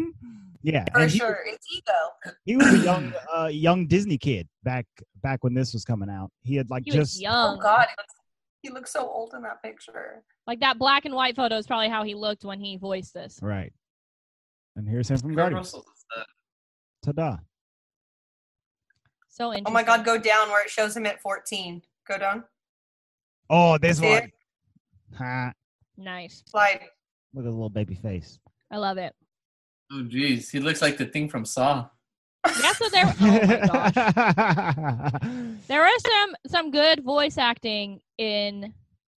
Speaker 4: Yeah,
Speaker 6: For
Speaker 4: and he-
Speaker 6: sure. It's
Speaker 3: Oh.
Speaker 6: ego.
Speaker 4: He was a young, uh, young Disney kid back back when this was coming out. He had like
Speaker 3: (laughs) he was
Speaker 4: just
Speaker 6: Oh,
Speaker 3: young.
Speaker 6: God. he looks- He looks so old in that picture.
Speaker 3: Like that black and white photo is probably how he looked when he voiced this.
Speaker 4: right. And here's him from
Speaker 1: Kurt
Speaker 4: Guardians.
Speaker 1: Russell is the-
Speaker 4: Ta-da!
Speaker 3: So interesting.
Speaker 6: Oh, my God. Go down where it shows him at 14. Go down.
Speaker 4: Oh, this
Speaker 6: See it?
Speaker 4: one. Ha!
Speaker 3: Nice.
Speaker 6: Slide.
Speaker 4: Look at the little baby face.
Speaker 3: I love it.
Speaker 1: Oh, geez. He looks like the thing from Saw.
Speaker 3: Yeah, so there (laughs) oh my
Speaker 4: (laughs)
Speaker 3: gosh. There was some some good voice acting in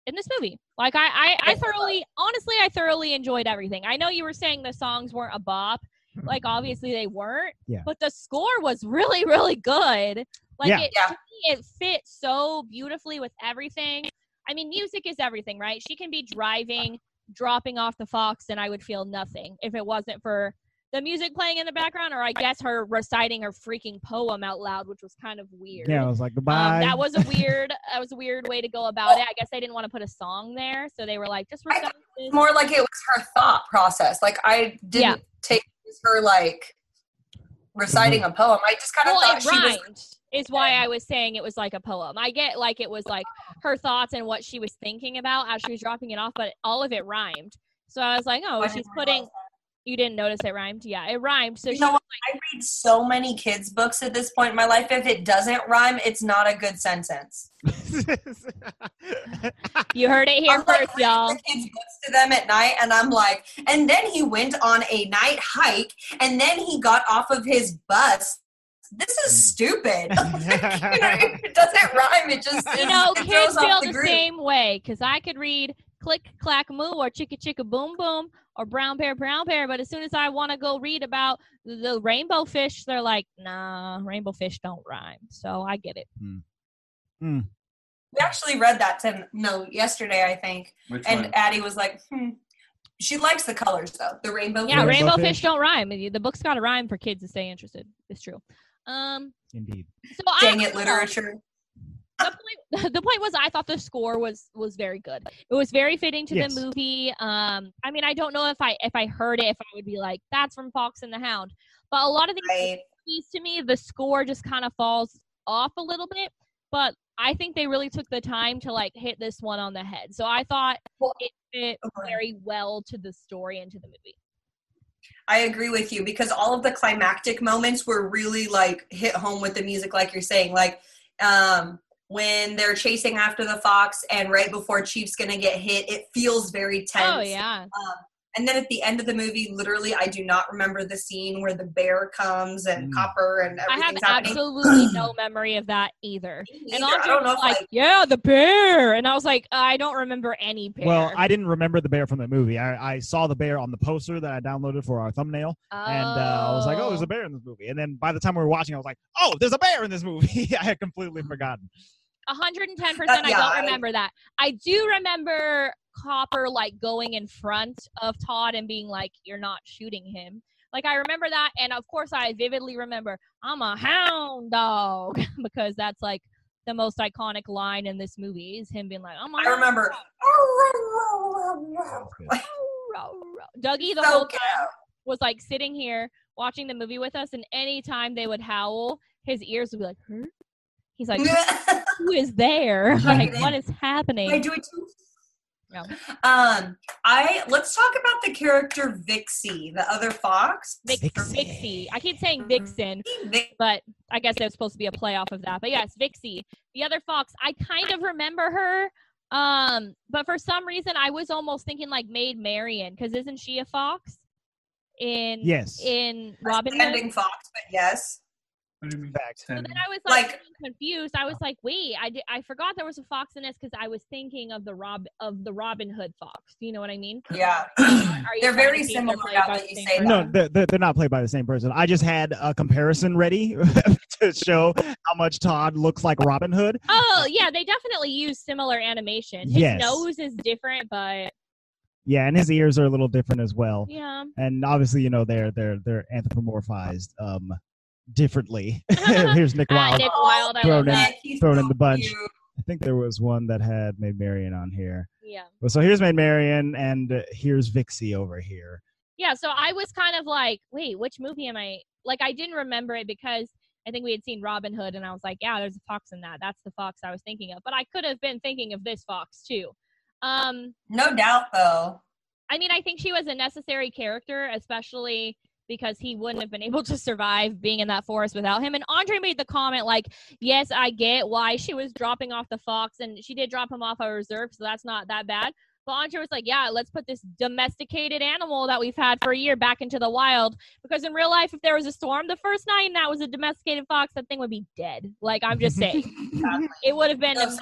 Speaker 3: in this movie. Like I, I, I thoroughly honestly I thoroughly enjoyed everything. I know you were saying the songs weren't a bop. Like obviously they weren't.
Speaker 4: Hmm. Yeah.
Speaker 3: But the score was really, really good. Like
Speaker 4: Yeah.
Speaker 3: it
Speaker 6: Yeah.
Speaker 3: to me, it fit so beautifully with everything. I mean music is everything, right? She can be driving, dropping off the fox and I would feel nothing if it wasn't for the music playing in the background or I guess her reciting her freaking poem out loud, which was kind of weird.
Speaker 4: yeah, I was like, goodbye.
Speaker 3: Um, that was a weird. that was a weird way to go about it. I guess they didn't want to put a song there, so they were like, just recite this.
Speaker 6: More like it was her thought process. Like, I didn't
Speaker 3: Yeah.
Speaker 6: take it as her, like, reciting a poem. I just kind of
Speaker 3: Well,
Speaker 6: thought
Speaker 3: it
Speaker 6: she was
Speaker 3: rhymed. Is why I was saying it was like a poem. I get like it was like her thoughts and what she was thinking about as she was dropping it off, but all of it rhymed. So I was like, oh,
Speaker 6: I
Speaker 3: she's
Speaker 6: didn't realize
Speaker 3: putting. You didn't notice it rhymed. Yeah, it rhymed. So
Speaker 6: You
Speaker 3: she
Speaker 6: know what? I read so many kids' books at this point in my life. If it doesn't rhyme, it's not a good sentence.
Speaker 3: you heard it here
Speaker 6: I'm like
Speaker 3: first,
Speaker 6: reading
Speaker 3: y'all.
Speaker 6: the kids' books to them at night, and I'm like, and then he went on a night hike, and then he got off of his bus. This is
Speaker 4: (laughs)
Speaker 6: stupid. (laughs) You know,
Speaker 3: (laughs)
Speaker 6: if it doesn't rhyme, it just (laughs)
Speaker 3: you know,
Speaker 6: it
Speaker 3: kids
Speaker 6: throws
Speaker 3: feel
Speaker 6: off
Speaker 3: the,
Speaker 6: the, group.
Speaker 3: same way because I could read click clack moo or chicka chicka boom boom or brown bear brown bear, but as soon as I want to go read about the rainbow fish, they're like, nah, rainbow fish don't rhyme. So I get it.
Speaker 6: We actually read that to no yesterday, I think,
Speaker 1: Which
Speaker 6: and
Speaker 1: one?
Speaker 6: Addie was like, hmm. She likes the colors though, the rainbow.
Speaker 3: Yeah,
Speaker 6: colors.
Speaker 3: rainbow,
Speaker 4: Rainbow
Speaker 3: fish.
Speaker 4: fish.
Speaker 3: don't rhyme. The book's got to rhyme for kids to stay interested. It's true. Um,
Speaker 4: Indeed.
Speaker 3: so I
Speaker 6: Dang
Speaker 3: don't
Speaker 6: it,
Speaker 3: know.
Speaker 6: literature.
Speaker 3: the point (laughs) the point was I thought the score was was very good. It was very fitting to
Speaker 4: Yes.
Speaker 3: the movie. Um I mean I don't know if I if I heard it if I would be like that's from Fox and the Hound. But a lot of these
Speaker 6: Right.
Speaker 3: movies to me the score just kind of falls off a little bit, but I think they really took the time to like hit this one on the head. So I thought
Speaker 6: Well,
Speaker 3: it fit
Speaker 6: Okay.
Speaker 3: very well to the story and to the movie.
Speaker 6: I agree with you because all of the climactic moments were really like hit home with the music, like you're saying. Like um, when they're chasing after the fox, and right before Chief's gonna get hit, it feels very tense.
Speaker 3: Oh yeah.
Speaker 6: Um, and then at the end of the movie, literally, I do not remember the scene where the bear comes and
Speaker 4: Mm.
Speaker 6: Copper and
Speaker 3: I have
Speaker 6: everything's happening. (clears throat)
Speaker 3: absolutely no memory of that either.
Speaker 6: Me
Speaker 3: And
Speaker 6: neither.
Speaker 3: Andre
Speaker 6: I don't know
Speaker 3: was
Speaker 6: if
Speaker 3: like,
Speaker 6: like
Speaker 3: yeah, the bear. And I was like, I don't remember any bear.
Speaker 4: Well, I didn't remember the bear from the movie. I, I saw the bear on the poster that I downloaded for our thumbnail, and uh, I was like, "Oh, there's a bear in this movie." And then by the time we were watching, I was like, "Oh, there's a bear in this movie." (laughs) I had completely forgotten.
Speaker 3: Mm, 110%.
Speaker 6: That-
Speaker 3: I
Speaker 6: Uh, yeah,
Speaker 3: don't
Speaker 6: I-
Speaker 3: remember that. I do remember Copper like going in front of Todd and being like, you're not shooting him. Like, I remember that. And of course, I vividly remember, I'm a hound dog, (laughs) because that's like the most iconic line in this movie is him being like, I'm a
Speaker 6: I remember.
Speaker 4: That was good.
Speaker 3: hound dog." Dougie the whole
Speaker 6: So
Speaker 3: time was like sitting here watching the movie with us, and anytime they would howl, his ears would be like, huh? He's like,
Speaker 6: cute.
Speaker 3: (laughs) who is there? Like, what is
Speaker 6: I
Speaker 3: happening?
Speaker 6: do it too.
Speaker 3: Yeah.
Speaker 6: Um, I let's talk about the character Vixie, the other fox.
Speaker 3: Vix-
Speaker 4: Vixie.
Speaker 3: Vixie. I keep saying Vixen,
Speaker 6: Vix-
Speaker 3: but I guess there's supposed to be a play off of that. But yes, Vixie, the other fox. I kind of remember her, um, but for some reason, I was almost thinking like Maid Marian, because isn't she a fox? In
Speaker 4: Yes.
Speaker 3: in Robin Hood.
Speaker 6: Standing fox, but yes.
Speaker 1: What do you mean?
Speaker 4: Fact.
Speaker 3: So
Speaker 1: Ten-
Speaker 3: then I was like,
Speaker 6: Like-
Speaker 3: really confused. I was like, wait, I, did, I forgot there was a fox in this because I was thinking of the Rob of the Robin Hood fox. Do you know what I mean?
Speaker 6: Yeah.
Speaker 1: (laughs)
Speaker 3: Are you
Speaker 6: They're
Speaker 3: trying
Speaker 6: very
Speaker 3: to see if
Speaker 6: similar
Speaker 3: they're played
Speaker 6: now
Speaker 3: by
Speaker 6: that
Speaker 3: the
Speaker 6: you
Speaker 3: same
Speaker 6: say
Speaker 3: person?
Speaker 6: that.
Speaker 4: No, they're, they're they're not played by the same person. I just had a comparison ready (laughs) to show how much Todd looks like Robin Hood.
Speaker 3: Oh yeah, they definitely use similar animation. His
Speaker 4: Yes.
Speaker 3: nose is different, but
Speaker 4: Yeah, and his ears are a little different as well.
Speaker 3: yeah.
Speaker 4: And obviously, you know, they're they're they're anthropomorphized um,
Speaker 3: (laughs)
Speaker 4: differently. (laughs) Here's Nick
Speaker 3: Ah,
Speaker 4: Wilde.
Speaker 3: Nick Wilde, I
Speaker 4: Thrown
Speaker 3: love
Speaker 4: in.
Speaker 3: that.
Speaker 6: he's
Speaker 4: thrown in
Speaker 6: so
Speaker 4: the bunch.
Speaker 6: cute.
Speaker 4: I think there was one that had Maid Marian on here.
Speaker 3: Yeah.
Speaker 4: Well, so here's Maid Marian, and uh, here's Vixie over here.
Speaker 3: Yeah, so I was kind of like, wait, which movie am I? Like, I didn't remember it because I think we had seen Robin Hood, and I was like, yeah, there's a fox in that. That's the fox I was thinking of. But I could have been thinking of this fox too. Um,
Speaker 6: No doubt, though.
Speaker 3: I mean, I think she was a necessary character, especially because he wouldn't have been able to survive being in that forest without him. And Andre made the comment, like, yes, I get why she was dropping off the fox, and she did drop him off a reserve, so that's not that bad. But Andre was like, yeah, let's put this domesticated animal that we've had for a year back into the wild. Because in real life, if there was a storm the first night and that was a domesticated fox, that thing would be dead. Like,
Speaker 4: (laughs)
Speaker 3: I'm just saying,
Speaker 6: Sadly.
Speaker 3: it would have been
Speaker 6: So sadly.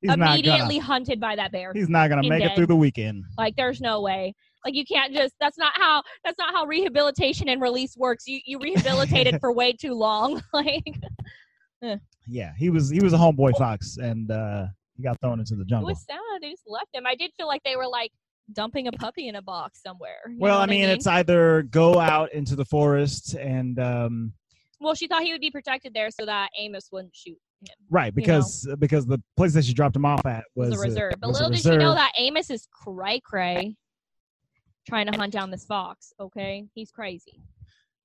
Speaker 4: He's not
Speaker 3: immediately
Speaker 4: gonna.
Speaker 3: hunted by that bear.
Speaker 4: He's not gonna
Speaker 3: He's
Speaker 4: make
Speaker 3: dead.
Speaker 4: it through the weekend.
Speaker 3: Like there's no way. Like you can't just that's not how that's not how rehabilitation and release works. You you
Speaker 4: (laughs)
Speaker 3: rehabilitated for way too long. (laughs) Like it
Speaker 4: Yeah, he was he was a homeboy fox, and uh, he got thrown into the jungle.
Speaker 3: Oh. was sad. They just left him. I did feel like they were like dumping a puppy in a box somewhere. You know
Speaker 4: Well, I
Speaker 3: what
Speaker 4: mean, it's either go out into the forest and um,
Speaker 3: well, she thought he would be protected there so that Amos wouldn't shoot him.
Speaker 4: right because because the place that she dropped him off at
Speaker 3: It was,
Speaker 4: was
Speaker 3: a reserve. but
Speaker 4: was a
Speaker 3: little did she know
Speaker 4: reserve.
Speaker 3: that Amos is cray cray trying to hunt down this fox, okay? He's crazy.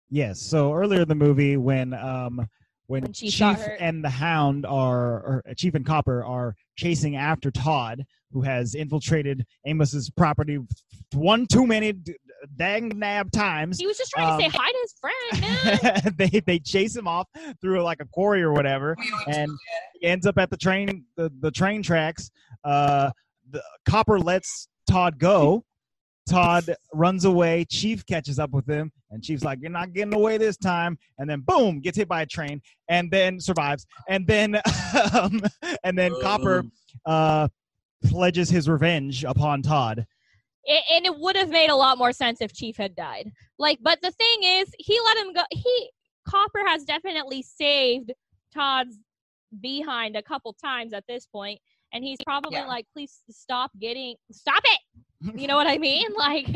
Speaker 4: Yes. So earlier in the movie, when um when,
Speaker 3: When she saw
Speaker 4: Chief
Speaker 3: her-
Speaker 4: and the Hound are, or Chief and Copper are chasing after Todd, who has infiltrated Amos's property one too many d- dang nab times.
Speaker 3: He was just trying to
Speaker 4: Um,
Speaker 3: say hi to his friend. man.
Speaker 4: (laughs) they they chase him off through like a quarry or whatever.
Speaker 6: We would
Speaker 4: And-
Speaker 6: do
Speaker 4: He ends up at the train the, the train tracks. Uh, the Copper lets Todd go. Todd runs away. Chief catches up with him, and Chief's like, "You're not getting away this time." And then, boom, gets hit by a train, and then survives. And then, (laughs) um, and then Copper uh, pledges his revenge upon Todd.
Speaker 3: It, and it would have made a lot more sense if Chief had died. Like, but the thing is, he let him go. He Copper has definitely saved Todd's behind a couple times at this point, and he's probably
Speaker 6: Yeah.
Speaker 3: like, "Please stop getting, stop it." You know what I mean? (laughs) Like,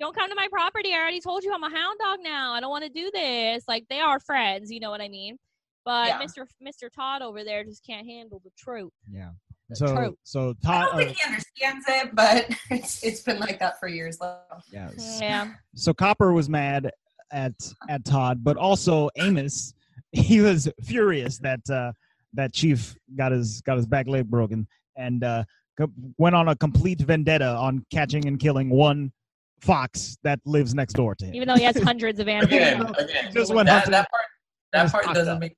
Speaker 3: don't come to my property. I already told you I'm a hound dog now. I don't want to do this. Like, they are friends. You know what I mean? But
Speaker 6: Yeah.
Speaker 3: Mr. Mr. Todd over there just can't handle the truth.
Speaker 4: Yeah.
Speaker 3: The
Speaker 4: So,
Speaker 3: truth.
Speaker 4: so
Speaker 6: I
Speaker 4: Todd.
Speaker 6: don't
Speaker 4: uh,
Speaker 6: think he understands it, but (laughs) it's, it's been like that for years. though.
Speaker 4: yeah.
Speaker 3: Yeah.
Speaker 6: (laughs)
Speaker 4: so Copper was mad at at Todd, but also Amos. (laughs) He was furious that uh, that Chief got his got his back leg broken and uh, co- went on a complete vendetta on catching and killing one fox that lives next door to him.
Speaker 3: Even though he has hundreds of animals.
Speaker 1: Again, again.
Speaker 4: Just went
Speaker 1: Oh, that,
Speaker 4: hunting.
Speaker 1: that part. That
Speaker 4: Just
Speaker 1: part
Speaker 4: fucked
Speaker 1: doesn't
Speaker 4: up.
Speaker 1: make.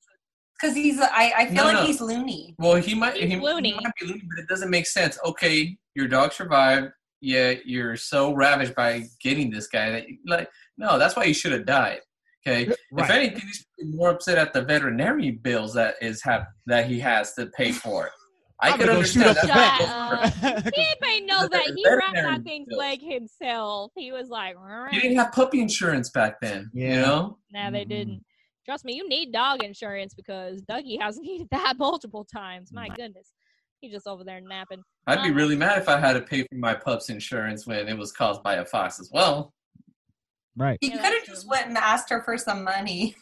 Speaker 6: Because he's, I, I feel
Speaker 1: No,
Speaker 6: like
Speaker 1: no.
Speaker 6: he's loony.
Speaker 1: Well, he might.
Speaker 3: He's
Speaker 1: He, he
Speaker 3: loony.
Speaker 1: might be loony, but it doesn't make sense. Okay, your dog survived. Yeah, you're so ravished by getting this guy that you- like. No, that's why he should have died. Okay. If
Speaker 6: (laughs)
Speaker 4: Right.
Speaker 1: anything, he's probably more upset at the veterinary bills that is hap- that he has to pay for. I
Speaker 4: I'm
Speaker 1: could
Speaker 4: gonna go shoot
Speaker 1: understand
Speaker 4: up
Speaker 1: that.
Speaker 4: the
Speaker 3: Shut
Speaker 1: That's-
Speaker 3: up. He didn't may know that he
Speaker 1: Veterinary
Speaker 3: wrapped that thing's
Speaker 1: bills.
Speaker 3: leg himself. He was like, "Rrrr."
Speaker 1: You didn't have puppy insurance back then. You
Speaker 4: Yeah.
Speaker 1: know.
Speaker 3: nah, they
Speaker 4: Mhm.
Speaker 3: didn't. Trust me, you need dog insurance because Dougie (laughs) has needed that multiple times. My goodness. He just over there napping.
Speaker 1: I'd be
Speaker 3: Um,
Speaker 1: really mad if I had to pay for my pup's insurance when it was caused by a fox as well.
Speaker 4: (laughs) right.
Speaker 6: He
Speaker 3: Yeah,
Speaker 6: could have
Speaker 3: that's
Speaker 6: just
Speaker 3: true.
Speaker 6: went and asked her for some money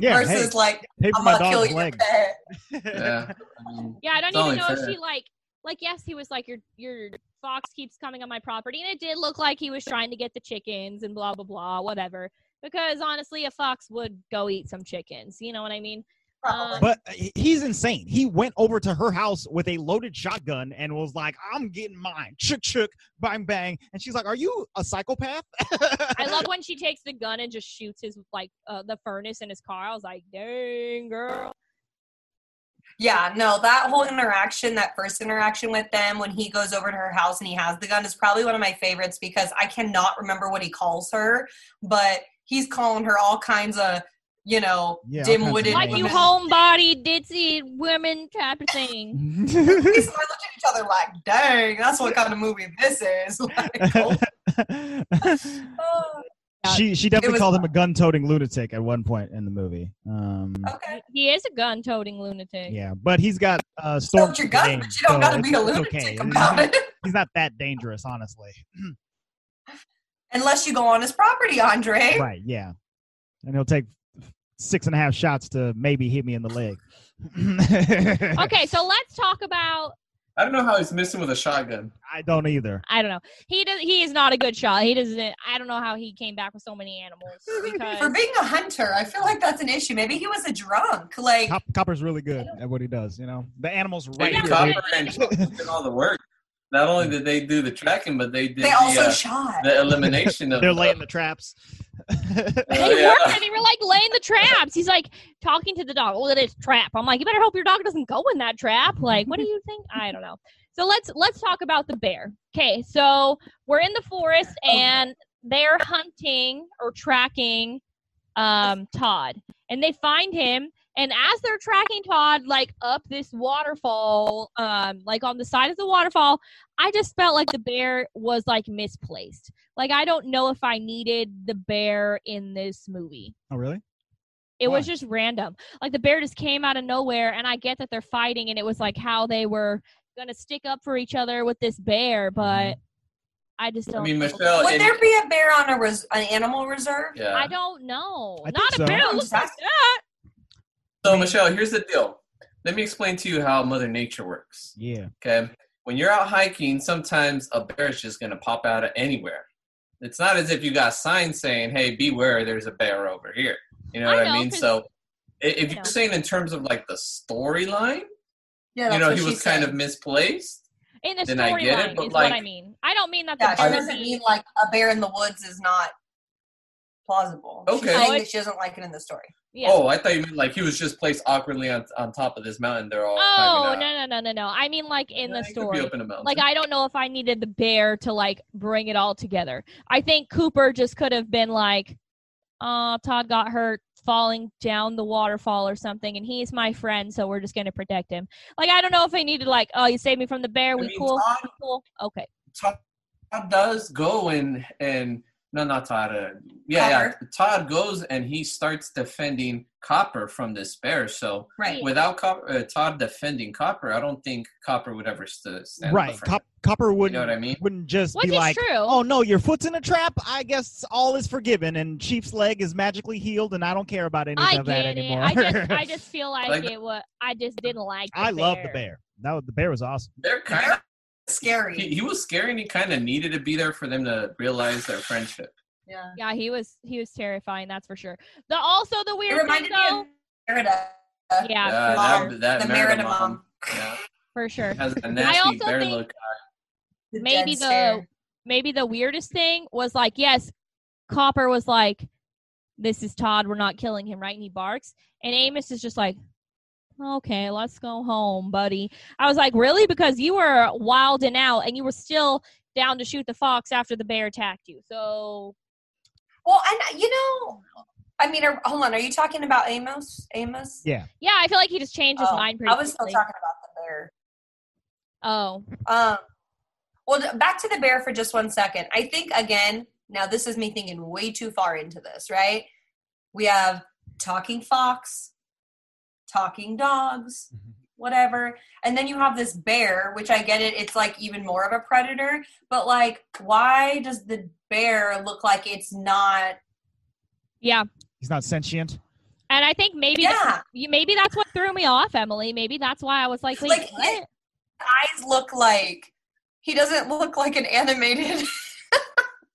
Speaker 4: Yeah. Hey,
Speaker 6: (laughs) versus like,
Speaker 4: pay for
Speaker 6: I'm
Speaker 4: my
Speaker 6: gonna kill
Speaker 4: dog's
Speaker 6: you. (laughs)
Speaker 4: leg.
Speaker 6: bet.
Speaker 1: Yeah. I mean,
Speaker 3: Yeah, I don't
Speaker 1: It's
Speaker 3: even
Speaker 1: only
Speaker 3: know if
Speaker 1: fair.
Speaker 3: she like like yes, he was like your your fox keeps coming on my property and it did look like he was trying to get the chickens and blah blah blah, whatever. Because honestly, a fox would go eat some chickens. You know what I mean?
Speaker 6: Probably.
Speaker 3: Uh.
Speaker 4: But he- he's insane. He went over to her house with a loaded shotgun and was like, "I'm getting mine." Shook, shook, bang, bang. And she's like, "Are you a psychopath?"
Speaker 3: I love when she takes the gun and just shoots his like uh, the furnace in his car. I was like, dang girl.
Speaker 6: Yeah, no, that whole interaction, that first interaction with them when he goes over to her house and he has the gun is probably one of my favorites because I cannot remember what he calls her, but he's calling her all kinds of you know,
Speaker 4: Yeah, all kinds of
Speaker 6: dim-witted.
Speaker 4: people.
Speaker 3: Like you
Speaker 6: women. (laughs)
Speaker 3: homebody, ditzy women type of thing.
Speaker 6: We started looking at each other like, dang, that's what kind of movie this is. (laughs) Like,
Speaker 4: (laughs)
Speaker 6: oh, oh,
Speaker 4: she she definitely
Speaker 6: was-
Speaker 4: called him a gun-toting lunatic at one point in the movie. Um,
Speaker 6: okay.
Speaker 3: He is a gun toting lunatic.
Speaker 4: yeah, but he's got uh, storm.
Speaker 6: Don't your gun,
Speaker 4: names,
Speaker 6: but you don't
Speaker 4: so
Speaker 6: gotta
Speaker 4: it's-
Speaker 6: be a
Speaker 4: it's
Speaker 6: lunatic
Speaker 4: okay.
Speaker 6: about it. (laughs)
Speaker 4: He's not that dangerous, honestly.
Speaker 6: Unless you go on his property, Andre.
Speaker 4: Right? Yeah, and he'll take six and a half shots to maybe hit me in the leg.
Speaker 3: Okay, so let's talk about.
Speaker 1: I don't know how he's missing with a shotgun.
Speaker 4: I don't either.
Speaker 3: I don't know. He does. He is not a good shot. He doesn't. I don't know how he came back with so many animals
Speaker 6: For
Speaker 3: because
Speaker 6: being a hunter, I feel like that's an issue. Maybe he was a drunk. Like,
Speaker 4: Cop, Copper's really good at what he does. You know, the animals
Speaker 1: Hey,
Speaker 4: right
Speaker 3: Yeah,
Speaker 4: here.
Speaker 1: Copper
Speaker 3: but-
Speaker 1: and Jones did all the work. Not only did they do the tracking, but they did
Speaker 6: they
Speaker 1: the,
Speaker 6: also
Speaker 1: uh,
Speaker 6: shot.
Speaker 1: the elimination of.
Speaker 4: They're laying the traps. (laughs)
Speaker 3: they
Speaker 1: yeah.
Speaker 3: were. They were like laying the traps. He's like talking to the dog. Oh, that is trap. I'm like, you better hope your dog doesn't go in that trap. Like, what do you think? I don't know. So let's let's talk about the bear. Okay, so we're in the forest and they're hunting or tracking um, Todd, and they find him. And as they're tracking Todd, like up this waterfall, um, like on the side of the waterfall, I just felt like the bear was like misplaced. Like I don't know if I needed the bear in this movie.
Speaker 4: oh, really?
Speaker 3: It was
Speaker 4: Why?
Speaker 3: just random. Like the bear just came out of nowhere, and I get that they're fighting, and it was like how they were gonna stick up for each other with this bear,
Speaker 4: Mm-hmm.
Speaker 3: but I just
Speaker 1: I
Speaker 3: don't.
Speaker 1: mean,
Speaker 3: know.
Speaker 1: Michelle.
Speaker 6: Would
Speaker 1: and-
Speaker 6: there be a bear on a res- an animal reserve?
Speaker 1: yeah.
Speaker 3: I don't know.
Speaker 4: I think
Speaker 3: Not a
Speaker 4: so.
Speaker 3: bear. that
Speaker 6: I'm
Speaker 3: looks
Speaker 6: just
Speaker 3: like
Speaker 6: asking.
Speaker 3: that.
Speaker 1: So, Michelle, here's the deal. Let me explain to you how Mother Nature works.
Speaker 4: Yeah.
Speaker 1: Okay. When you're out hiking, sometimes a bear is just going to pop out of anywhere. It's not as if you got signs saying, hey, beware, there's a bear over here. You know
Speaker 3: I
Speaker 1: what
Speaker 3: know,
Speaker 1: I mean?
Speaker 3: 'cause-
Speaker 1: So, i- if
Speaker 3: I
Speaker 1: you're
Speaker 3: know.
Speaker 1: saying in terms of like the storyline,
Speaker 6: Yeah, that's
Speaker 1: you know,
Speaker 6: what
Speaker 1: he
Speaker 6: she
Speaker 1: was kind
Speaker 6: said.
Speaker 1: of misplaced.
Speaker 3: In the
Speaker 1: Then I get it,
Speaker 3: storyline is
Speaker 1: but,
Speaker 3: what I
Speaker 1: like-
Speaker 3: mean. I don't mean that the
Speaker 6: Yeah,
Speaker 3: bear
Speaker 6: she
Speaker 1: I-
Speaker 3: is
Speaker 6: doesn't mean like a bear in the woods is not plausible. She's
Speaker 1: Okay.
Speaker 6: saying that she doesn't like it in the story.
Speaker 3: yeah.
Speaker 1: Oh, I thought you meant like he was just placed awkwardly on, on top of this mountain. They're all.
Speaker 3: Oh
Speaker 1: climbing out.
Speaker 3: no no no no no! I mean like in the
Speaker 1: He uh, could be
Speaker 3: story.
Speaker 1: up in a mountain.
Speaker 3: like I don't know if I needed the bear to like bring it all together. I think Cooper just could have been like, "Oh, Todd got hurt falling down the waterfall or something, and he's my friend, so we're just gonna protect him." Like I don't know if I needed like, "Oh, you saved me from the bear.
Speaker 1: I
Speaker 3: We
Speaker 1: mean,
Speaker 3: cool,
Speaker 1: Todd-
Speaker 3: We cool." Okay,
Speaker 1: Todd does go and and no, not Todd. Uh, yeah, yeah, Todd goes and he starts defending Copper from this bear. So
Speaker 6: Right.
Speaker 1: without Copper, uh, Todd defending Copper, I don't think Copper would ever st- stand
Speaker 4: Right.
Speaker 1: up for
Speaker 4: Cop, Copper
Speaker 1: him. You
Speaker 4: wouldn't
Speaker 1: know what I mean?
Speaker 4: wouldn't just
Speaker 3: which
Speaker 4: be
Speaker 3: is
Speaker 4: like,
Speaker 3: true.
Speaker 4: "Oh no, your foot's in a trap. I guess all is forgiven, and Chief's leg is magically healed, and I don't care about any
Speaker 3: I
Speaker 4: of
Speaker 3: get
Speaker 4: that
Speaker 3: it.
Speaker 4: anymore."
Speaker 3: I just
Speaker 4: (laughs)
Speaker 3: I just feel like,
Speaker 1: Like-
Speaker 3: it was. I just didn't like. The
Speaker 4: I
Speaker 3: bear.
Speaker 4: love the bear. That was, the bear was awesome.
Speaker 1: They're kind of.
Speaker 6: Scary.
Speaker 1: He, he was scary, and he kind of needed to be there for them to realize their friendship.
Speaker 6: yeah.
Speaker 3: Yeah, he was he was terrifying. That's for sure. The also the
Speaker 6: It
Speaker 3: weird thing
Speaker 6: reminded me
Speaker 3: though.
Speaker 6: of Merida.
Speaker 3: Yeah,
Speaker 1: Yeah,
Speaker 3: for
Speaker 1: that-
Speaker 3: sure.
Speaker 6: Mom,
Speaker 1: that
Speaker 6: the
Speaker 1: Merida
Speaker 6: Merida
Speaker 1: mom.
Speaker 6: mom.
Speaker 1: Yeah,
Speaker 3: For sure.
Speaker 1: has
Speaker 3: (laughs)
Speaker 1: a nasty
Speaker 3: also
Speaker 1: bear
Speaker 3: think-
Speaker 1: look.
Speaker 6: The
Speaker 3: Maybe
Speaker 6: dead
Speaker 3: the-
Speaker 6: stare.
Speaker 3: maybe the weirdest thing was like, yes, Copper was like, this is Todd, we're not killing him, right? And he barks. And Amos is just like, okay, let's go home, buddy. I was like, really? Because you were wild and out and you were still down to shoot the fox after the bear attacked you. So,
Speaker 6: Well, and you know, I mean, are, hold on. Are you talking about Amos? Amos?
Speaker 4: Yeah.
Speaker 3: yeah, I feel like he just changed his
Speaker 6: Oh,
Speaker 3: mind pretty
Speaker 6: I was still
Speaker 3: quickly.
Speaker 6: talking about the bear.
Speaker 3: Oh,
Speaker 6: Um, well, th- back to the bear for just one second. I think again. Now this is me thinking way too far into this, right? We have talking fox, talking dogs, whatever, and then you have this bear, which I get it. It's like even more of a predator, but like, why does the bear look like it's not?
Speaker 3: yeah.
Speaker 4: He's not sentient.
Speaker 3: And I think maybe that-
Speaker 6: Yeah,
Speaker 3: you maybe that's what threw me off, Emily. Maybe that's why I was like, wait,
Speaker 6: Like, eh.
Speaker 3: what?
Speaker 6: it- eyes look like he doesn't look like an animated. (laughs)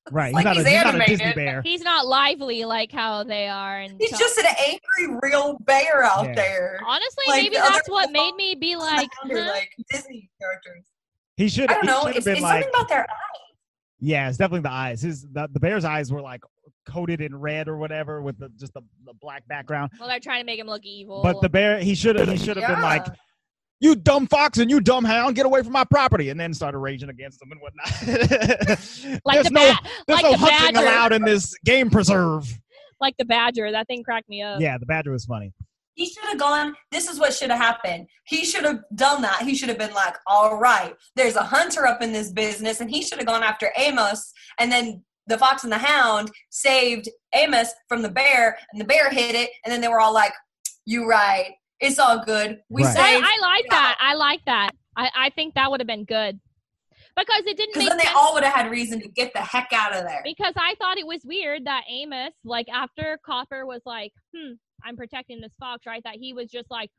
Speaker 4: Right.
Speaker 6: like
Speaker 4: he's, not,
Speaker 6: he's
Speaker 4: a, he's not a Disney
Speaker 6: animated.
Speaker 4: bear.
Speaker 3: He's not lively like how they are. And
Speaker 6: He's
Speaker 3: so-
Speaker 6: just an angry real bear out
Speaker 4: Yeah.
Speaker 6: there.
Speaker 3: Honestly,
Speaker 6: Like,
Speaker 3: maybe
Speaker 6: the other
Speaker 3: that's what
Speaker 6: people
Speaker 3: made me be like,
Speaker 6: Flounder,
Speaker 3: huh?
Speaker 6: like Disney characters.
Speaker 4: He should
Speaker 6: I don't
Speaker 4: he
Speaker 6: know.
Speaker 4: should have
Speaker 6: It's,
Speaker 4: been
Speaker 6: it's
Speaker 4: like
Speaker 6: something about their eyes.
Speaker 4: Yeah, it's definitely the eyes. His the, the bear's eyes were like coated in red or whatever with the, just the, the black background.
Speaker 3: well, they're trying to make him look evil.
Speaker 4: But the bear, he should have he should have been like,
Speaker 6: Yeah.
Speaker 4: "You dumb fox and you dumb hound, get away from my property!" and then started raging against them and whatnot. (laughs)
Speaker 3: like
Speaker 4: there's
Speaker 3: the
Speaker 4: no
Speaker 3: bat,
Speaker 4: there's
Speaker 3: like
Speaker 4: no
Speaker 3: the
Speaker 4: hunting
Speaker 3: badger.
Speaker 4: allowed in this game preserve.
Speaker 3: like the badger. That thing cracked me up.
Speaker 4: Yeah, the badger was funny.
Speaker 6: He should have gone. This is what should have happened. He should have done that. He should have been like, all right, there's a hunter up in this business. And he should have gone after Amos. And then the fox and the hound saved Amos from the bear. And the bear hit it. And then they were all like, you right. It's all good. We
Speaker 4: Right.
Speaker 3: I,
Speaker 6: saved.
Speaker 3: I like that. I like that. I, I think that would have been good because it didn't
Speaker 6: Because
Speaker 3: make
Speaker 6: then they
Speaker 3: sense.
Speaker 6: all would have had reason to get the heck out of there.
Speaker 3: because I thought it was weird that Amos, like after Copper was like, "Hmm, I'm protecting this fox," right? That he was just like,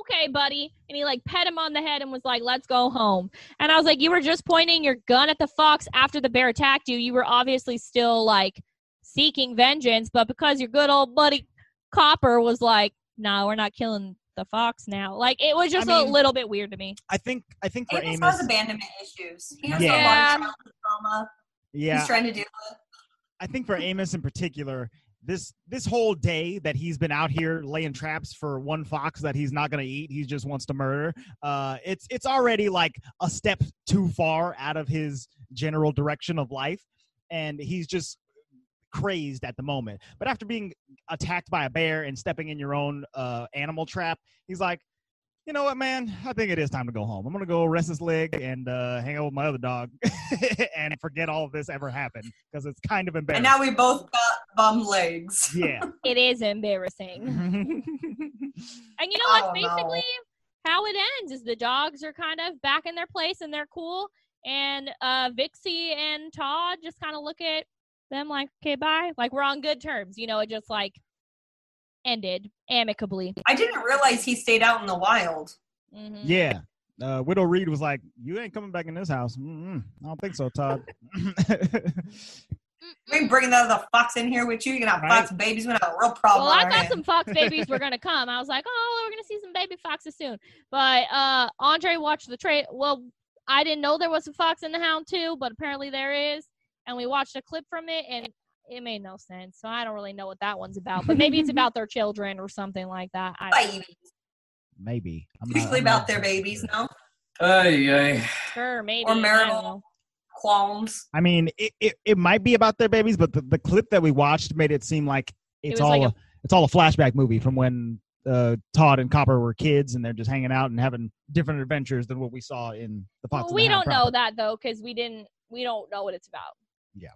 Speaker 3: "Okay, buddy," and he like pet him on the head and was like, "Let's go home." And I was like, "You were just pointing your gun at the fox after the bear attacked you. You were obviously still like seeking vengeance, but because your good old buddy Copper was like, "No, we're not killing." The fox now, like it was just
Speaker 4: I
Speaker 3: a
Speaker 4: mean-
Speaker 3: little bit weird to me.
Speaker 4: I think I think for
Speaker 6: Amos,
Speaker 4: Amos,
Speaker 6: has abandonment issues. He has
Speaker 3: Yeah.
Speaker 6: a lot of childhood trauma.
Speaker 4: yeah,
Speaker 6: He's trying to deal with.
Speaker 4: I think for Amos in particular, this this whole day that he's been out here laying traps for one fox that he's not going to eat, he just wants to murder. Uh, it's it's already like a step too far out of his general direction of life, and he's just crazed at the moment. But after being attacked by a bear and stepping in your own uh, animal trap, he's like. You know what, man? I think it is time to go home. I'm gonna go rest his leg and uh, hang out with my other dog, (laughs) and forget all of this ever happened because it's kind of embarrassing.
Speaker 6: And now we both got bum legs.
Speaker 4: Yeah.
Speaker 3: It is embarrassing. And you know
Speaker 6: Oh,
Speaker 3: what?
Speaker 6: no.
Speaker 3: Basically, how it ends is the dogs are kind of back in their place and they're cool. And uh, Vixie and Todd just kind of look at them like, okay, bye. Like, we're on good terms. You know, it just like ended amicably.
Speaker 6: I didn't realize he stayed out in the wild.
Speaker 3: Mhm.
Speaker 4: (laughs) yeah. Uh, Widow Reed was like, "You ain't coming back in this house." Mm-mm. I don't think so, Todd. (laughs)
Speaker 6: We ain't bringing that other fox in here with you. You're gonna have
Speaker 4: Right.
Speaker 6: fox babies. We're gonna have a real problem.
Speaker 3: Well, I
Speaker 6: on our
Speaker 3: thought
Speaker 6: hands.
Speaker 3: some fox babies were gonna come. I was like, oh, we're gonna see some baby foxes soon. But uh, Andre watched the trade. Well, I didn't know there was a fox in the hound too, but apparently there is. And we watched a clip from it, and it made no sense. So I don't really know what that one's about. But maybe it's about their children or something like that. I don't
Speaker 6: Babies.
Speaker 4: Maybe. I'm not-
Speaker 6: Usually
Speaker 4: I'm not
Speaker 6: about their babies,
Speaker 4: sure.
Speaker 6: no
Speaker 7: Ay, ay.
Speaker 3: know. sure maybe
Speaker 6: Or
Speaker 3: I don't
Speaker 6: marital.
Speaker 3: know.
Speaker 6: qualms.
Speaker 4: I mean, it, it, it might be about their babies, but the, the clip that we watched made it seem like it's
Speaker 3: was
Speaker 4: all
Speaker 3: like
Speaker 4: a,
Speaker 3: a-
Speaker 4: it's all a flashback movie from when uh, Todd and Copper were kids and they're just hanging out and having different adventures than what we saw in the Fox.
Speaker 3: Well, we don't know that though, because we didn't. We don't know what it's about.
Speaker 4: Yeah.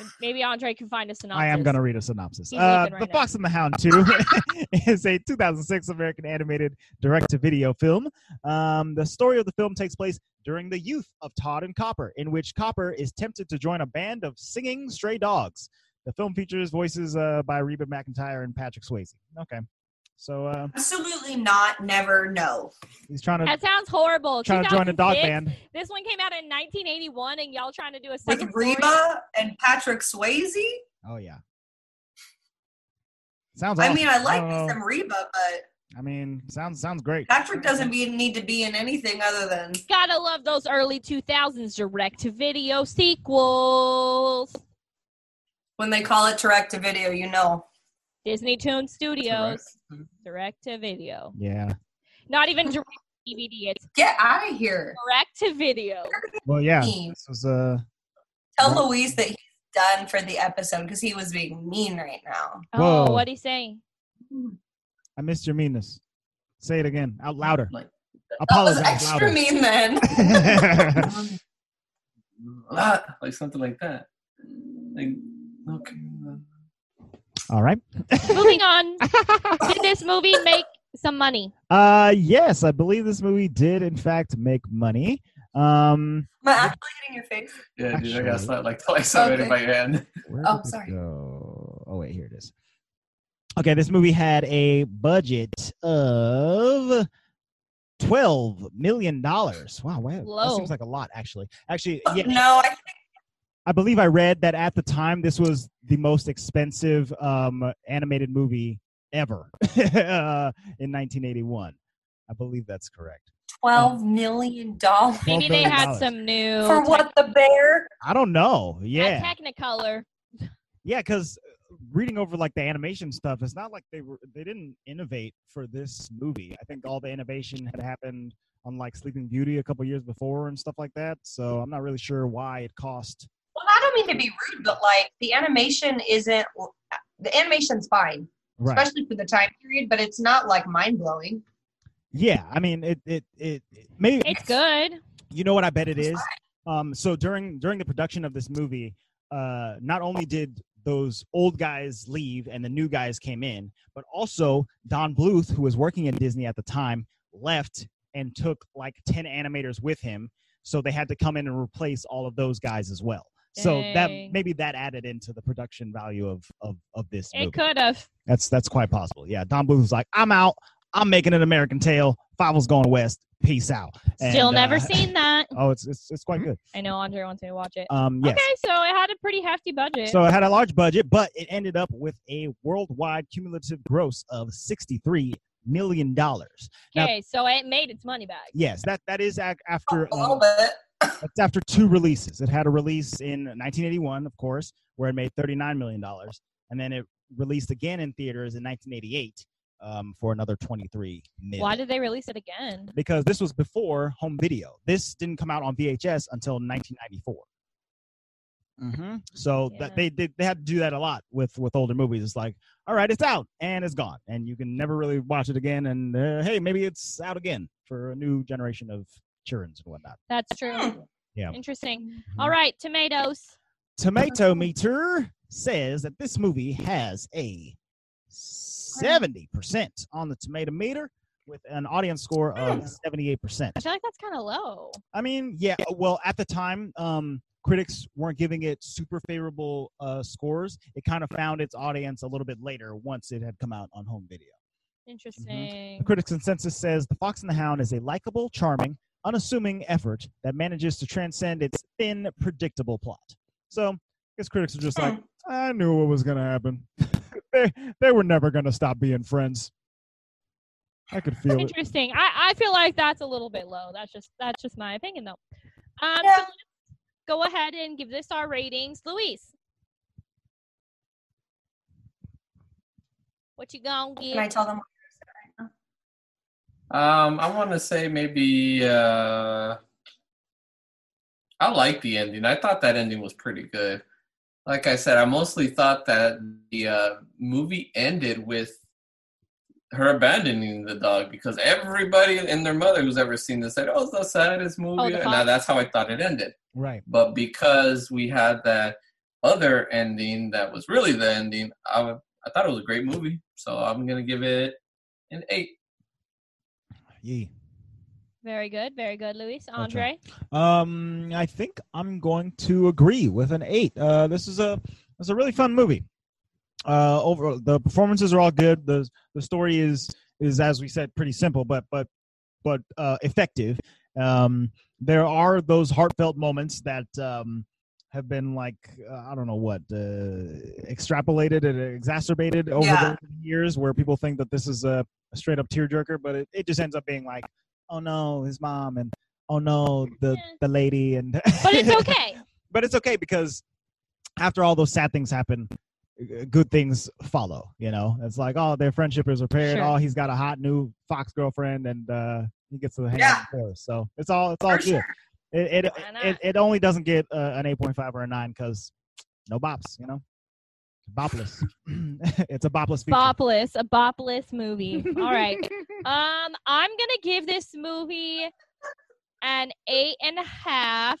Speaker 3: M- Maybe Andre can find a synopsis.
Speaker 4: I am going to read a synopsis.
Speaker 3: He's
Speaker 4: Uh,
Speaker 3: leaving right
Speaker 4: the
Speaker 3: now.
Speaker 4: Fox and the Hound 2 (laughs) is a 2006 American animated direct to video film. Um, the story of the film takes place during the youth of Todd and Copper, in which Copper is tempted to join a band of singing stray dogs. The film features voices uh, by Reba McIntyre and Patrick Swayze. Okay. So uh,
Speaker 6: Absolutely not. Never. No.
Speaker 4: he's trying to
Speaker 3: That sounds horrible.
Speaker 4: trying to join a dog
Speaker 3: 2006?
Speaker 4: band.
Speaker 3: This one came out in 1981, and y'all trying to do a
Speaker 6: With
Speaker 3: second story?
Speaker 6: Reba and Patrick Swayze.
Speaker 4: Oh yeah. Sounds.
Speaker 6: I mean, I
Speaker 4: awesome.
Speaker 6: like
Speaker 4: don't
Speaker 6: me
Speaker 4: know.
Speaker 6: some Reba, but
Speaker 4: I mean, sounds sounds great.
Speaker 6: Patrick doesn't be, need to be in anything other than
Speaker 3: Gotta love those early 2000s direct to video sequels.
Speaker 6: when they call it direct to video. You know.
Speaker 3: Disney Toon Studios,
Speaker 1: Direct.
Speaker 3: direct to video.
Speaker 4: Yeah.
Speaker 3: Not even direct to DVD, it's
Speaker 6: Get out of here.
Speaker 3: direct to video.
Speaker 4: Well, yeah.
Speaker 6: Mean.
Speaker 4: This was uh
Speaker 6: Tell
Speaker 4: Yeah.
Speaker 6: Luis that he's done for the episode because he was being mean right now.
Speaker 3: Oh,
Speaker 4: Whoa.
Speaker 3: what'd he say?
Speaker 4: I missed your meanness. Say it again, out louder.
Speaker 7: Like-
Speaker 6: That was
Speaker 4: (laughs) Apologize
Speaker 6: extra
Speaker 4: louder.
Speaker 6: mean then.
Speaker 7: Ah, like something like that. Like, okay. uh,
Speaker 4: (laughs) All right. (laughs)
Speaker 3: Moving on. Did this movie make some money?
Speaker 4: Uh, yes, I believe this movie did in fact make money. Um,
Speaker 6: Am I actually hitting
Speaker 4: (laughs)
Speaker 6: your face?
Speaker 7: Yeah, dude, I got
Speaker 4: Actually-
Speaker 7: slapped
Speaker 1: (laughs)
Speaker 7: like twice already
Speaker 6: Okay.
Speaker 7: by your hand.
Speaker 4: where
Speaker 6: Oh,
Speaker 4: did it
Speaker 6: sorry.
Speaker 4: go? Oh wait, here it is. Okay, this movie had a budget of twelve million dollars. Wow, wow, that
Speaker 3: Low.
Speaker 4: seems like a lot, actually. Actually,
Speaker 6: (laughs)
Speaker 4: yeah,
Speaker 6: No, I
Speaker 4: I believe I read that at the time this was the most expensive um, animated movie ever (laughs) uh, in 1981. I believe that's correct.
Speaker 6: twelve million dollars
Speaker 4: Twelve
Speaker 3: Maybe they
Speaker 4: million
Speaker 3: had
Speaker 4: dollars.
Speaker 3: some new
Speaker 6: for what the bear?
Speaker 4: I don't know.
Speaker 3: tech-
Speaker 4: Yeah,
Speaker 3: uh, Technicolor.
Speaker 4: yeah, because reading over like the animation stuff, it's not like they were they didn't innovate for this movie. I think all the innovation had happened on like Sleeping Beauty a couple years before and stuff like that. So I'm not really sure why it cost
Speaker 6: Well, I don't mean to be rude, but like the animation isn't the animation's fine,
Speaker 4: Right.
Speaker 6: especially for the time period. But it's not like mind blowing.
Speaker 4: yeah. I mean, it, it, it, it maybe
Speaker 3: It's good.
Speaker 4: You know what I bet it
Speaker 6: It's
Speaker 4: is. Um, so during during the production of this movie, uh, not only did those old guys leave and the new guys came in, but also Don Bluth, who was working at Disney at the time, left and took like ten animators with him. So they had to come in and replace all of those guys as well. So that
Speaker 3: Dang.
Speaker 4: maybe that added into the production value of of, of this movie.
Speaker 3: It could have.
Speaker 4: That's that's quite possible. Yeah, Don Bluth was like, "I'm out. I'm making an American Tale. Fievel's going west. Peace out." And,
Speaker 3: Still never
Speaker 4: uh,
Speaker 3: seen that.
Speaker 4: Oh, it's it's, it's quite good.
Speaker 3: I know Andre wants me to watch it.
Speaker 4: Um, (laughs) yes.
Speaker 3: Okay, so it had a pretty hefty budget.
Speaker 4: So it had a large budget, but it ended up with a worldwide cumulative gross of sixty-three million dollars. now-
Speaker 3: okay, so it made its money back.
Speaker 4: Yes, that that is ac- after um,
Speaker 6: a
Speaker 3: Oh,
Speaker 6: little bit.
Speaker 4: that's after two releases. It had a release in 1981, of course, where it made thirty-nine million dollars, and then it released again in theaters in 1988 um, for another twenty-three million.
Speaker 3: Why did they release it again?
Speaker 4: because this was before home video. This didn't come out on VHS until 1994. Mm-hmm. So
Speaker 3: Yeah.
Speaker 4: that they, they they had to do that a lot with with older movies. It's like, all right, it's out and it's gone, and you can never really watch it again. And uh, hey, maybe it's out again for a new generation of childrens and whatnot.
Speaker 3: That's
Speaker 6: Hmm.
Speaker 3: true.
Speaker 4: Yeah. Mm-hmm.
Speaker 3: Interesting. All right, tomatoes.
Speaker 4: Tomato Meter says that this movie has a 70% on the tomato meter with an audience score of 78%.
Speaker 3: I feel like that's kind of low.
Speaker 4: I mean, yeah. uh, Well, at the time, um, critics weren't giving it super favorable uh, scores. It kind of found its audience a little bit later once it had come out on home video.
Speaker 3: Interesting.
Speaker 4: The critics' consensus says The Fox and the Hound is a likable, charming, unassuming effort that manages to transcend its thin, predictable plot. So, I guess critics are just like, I knew what was going to happen. (laughs) they, they were never going to stop being friends. I could feel it.
Speaker 3: Interesting. I, I feel like that's a little bit low. That's just that's just my opinion though. Um, so
Speaker 6: Yeah.
Speaker 3: let's go ahead and give this our ratings, Luis. What you gonna give?
Speaker 6: Can I tell them?
Speaker 1: Um, I want to say maybe uh, I like the ending. I thought that ending was pretty good. Like I said, I mostly thought that the uh, movie ended with her abandoning the dog because everybody and their mother who's ever seen this said, "Oh, it's the saddest movie,"
Speaker 3: Oh, the
Speaker 1: and
Speaker 3: fox.
Speaker 1: now that's how I thought it ended.
Speaker 4: Right.
Speaker 1: But because we had that other ending that was really the ending, I would- I thought it was a great movie. So I'm gonna give it an eight.
Speaker 4: Yeah.
Speaker 3: Very good, very good, Luis.
Speaker 4: job.
Speaker 3: Andre.
Speaker 4: Um, I think I'm going to agree with an eight. Uh, this is a it's a really fun movie. Uh, over the performances are all good. the The story is is as we said pretty simple, but but but uh, effective. Um, there are those heartfelt moments that um, have been like uh, I don't know what uh, extrapolated and exacerbated over
Speaker 6: Yeah.
Speaker 4: the years, where people think that this is a, a straight up tearjerker, but it, it just ends up being like, oh no, his mom and oh no, the
Speaker 3: Yeah.
Speaker 4: the lady and.
Speaker 3: But it's okay.
Speaker 4: (laughs) but it's okay because after all those sad things happen, uh, good things follow. You know, it's like oh, their friendship is repaired.
Speaker 3: Sure.
Speaker 4: Oh, he's got a hot new fox girlfriend, and uh, he gets to hang
Speaker 6: Yeah.
Speaker 4: out with her. So it's all it's all
Speaker 6: For
Speaker 4: good.
Speaker 6: sure.
Speaker 4: It, it,
Speaker 3: Why not?
Speaker 4: it it only doesn't get uh, an eight point five or a nine because no bops. You know, bopless. (clears throat) it's a bopless feature.
Speaker 3: Bopless, a bopless movie. All right. Um, I'm gonna give this movie an eight and a half.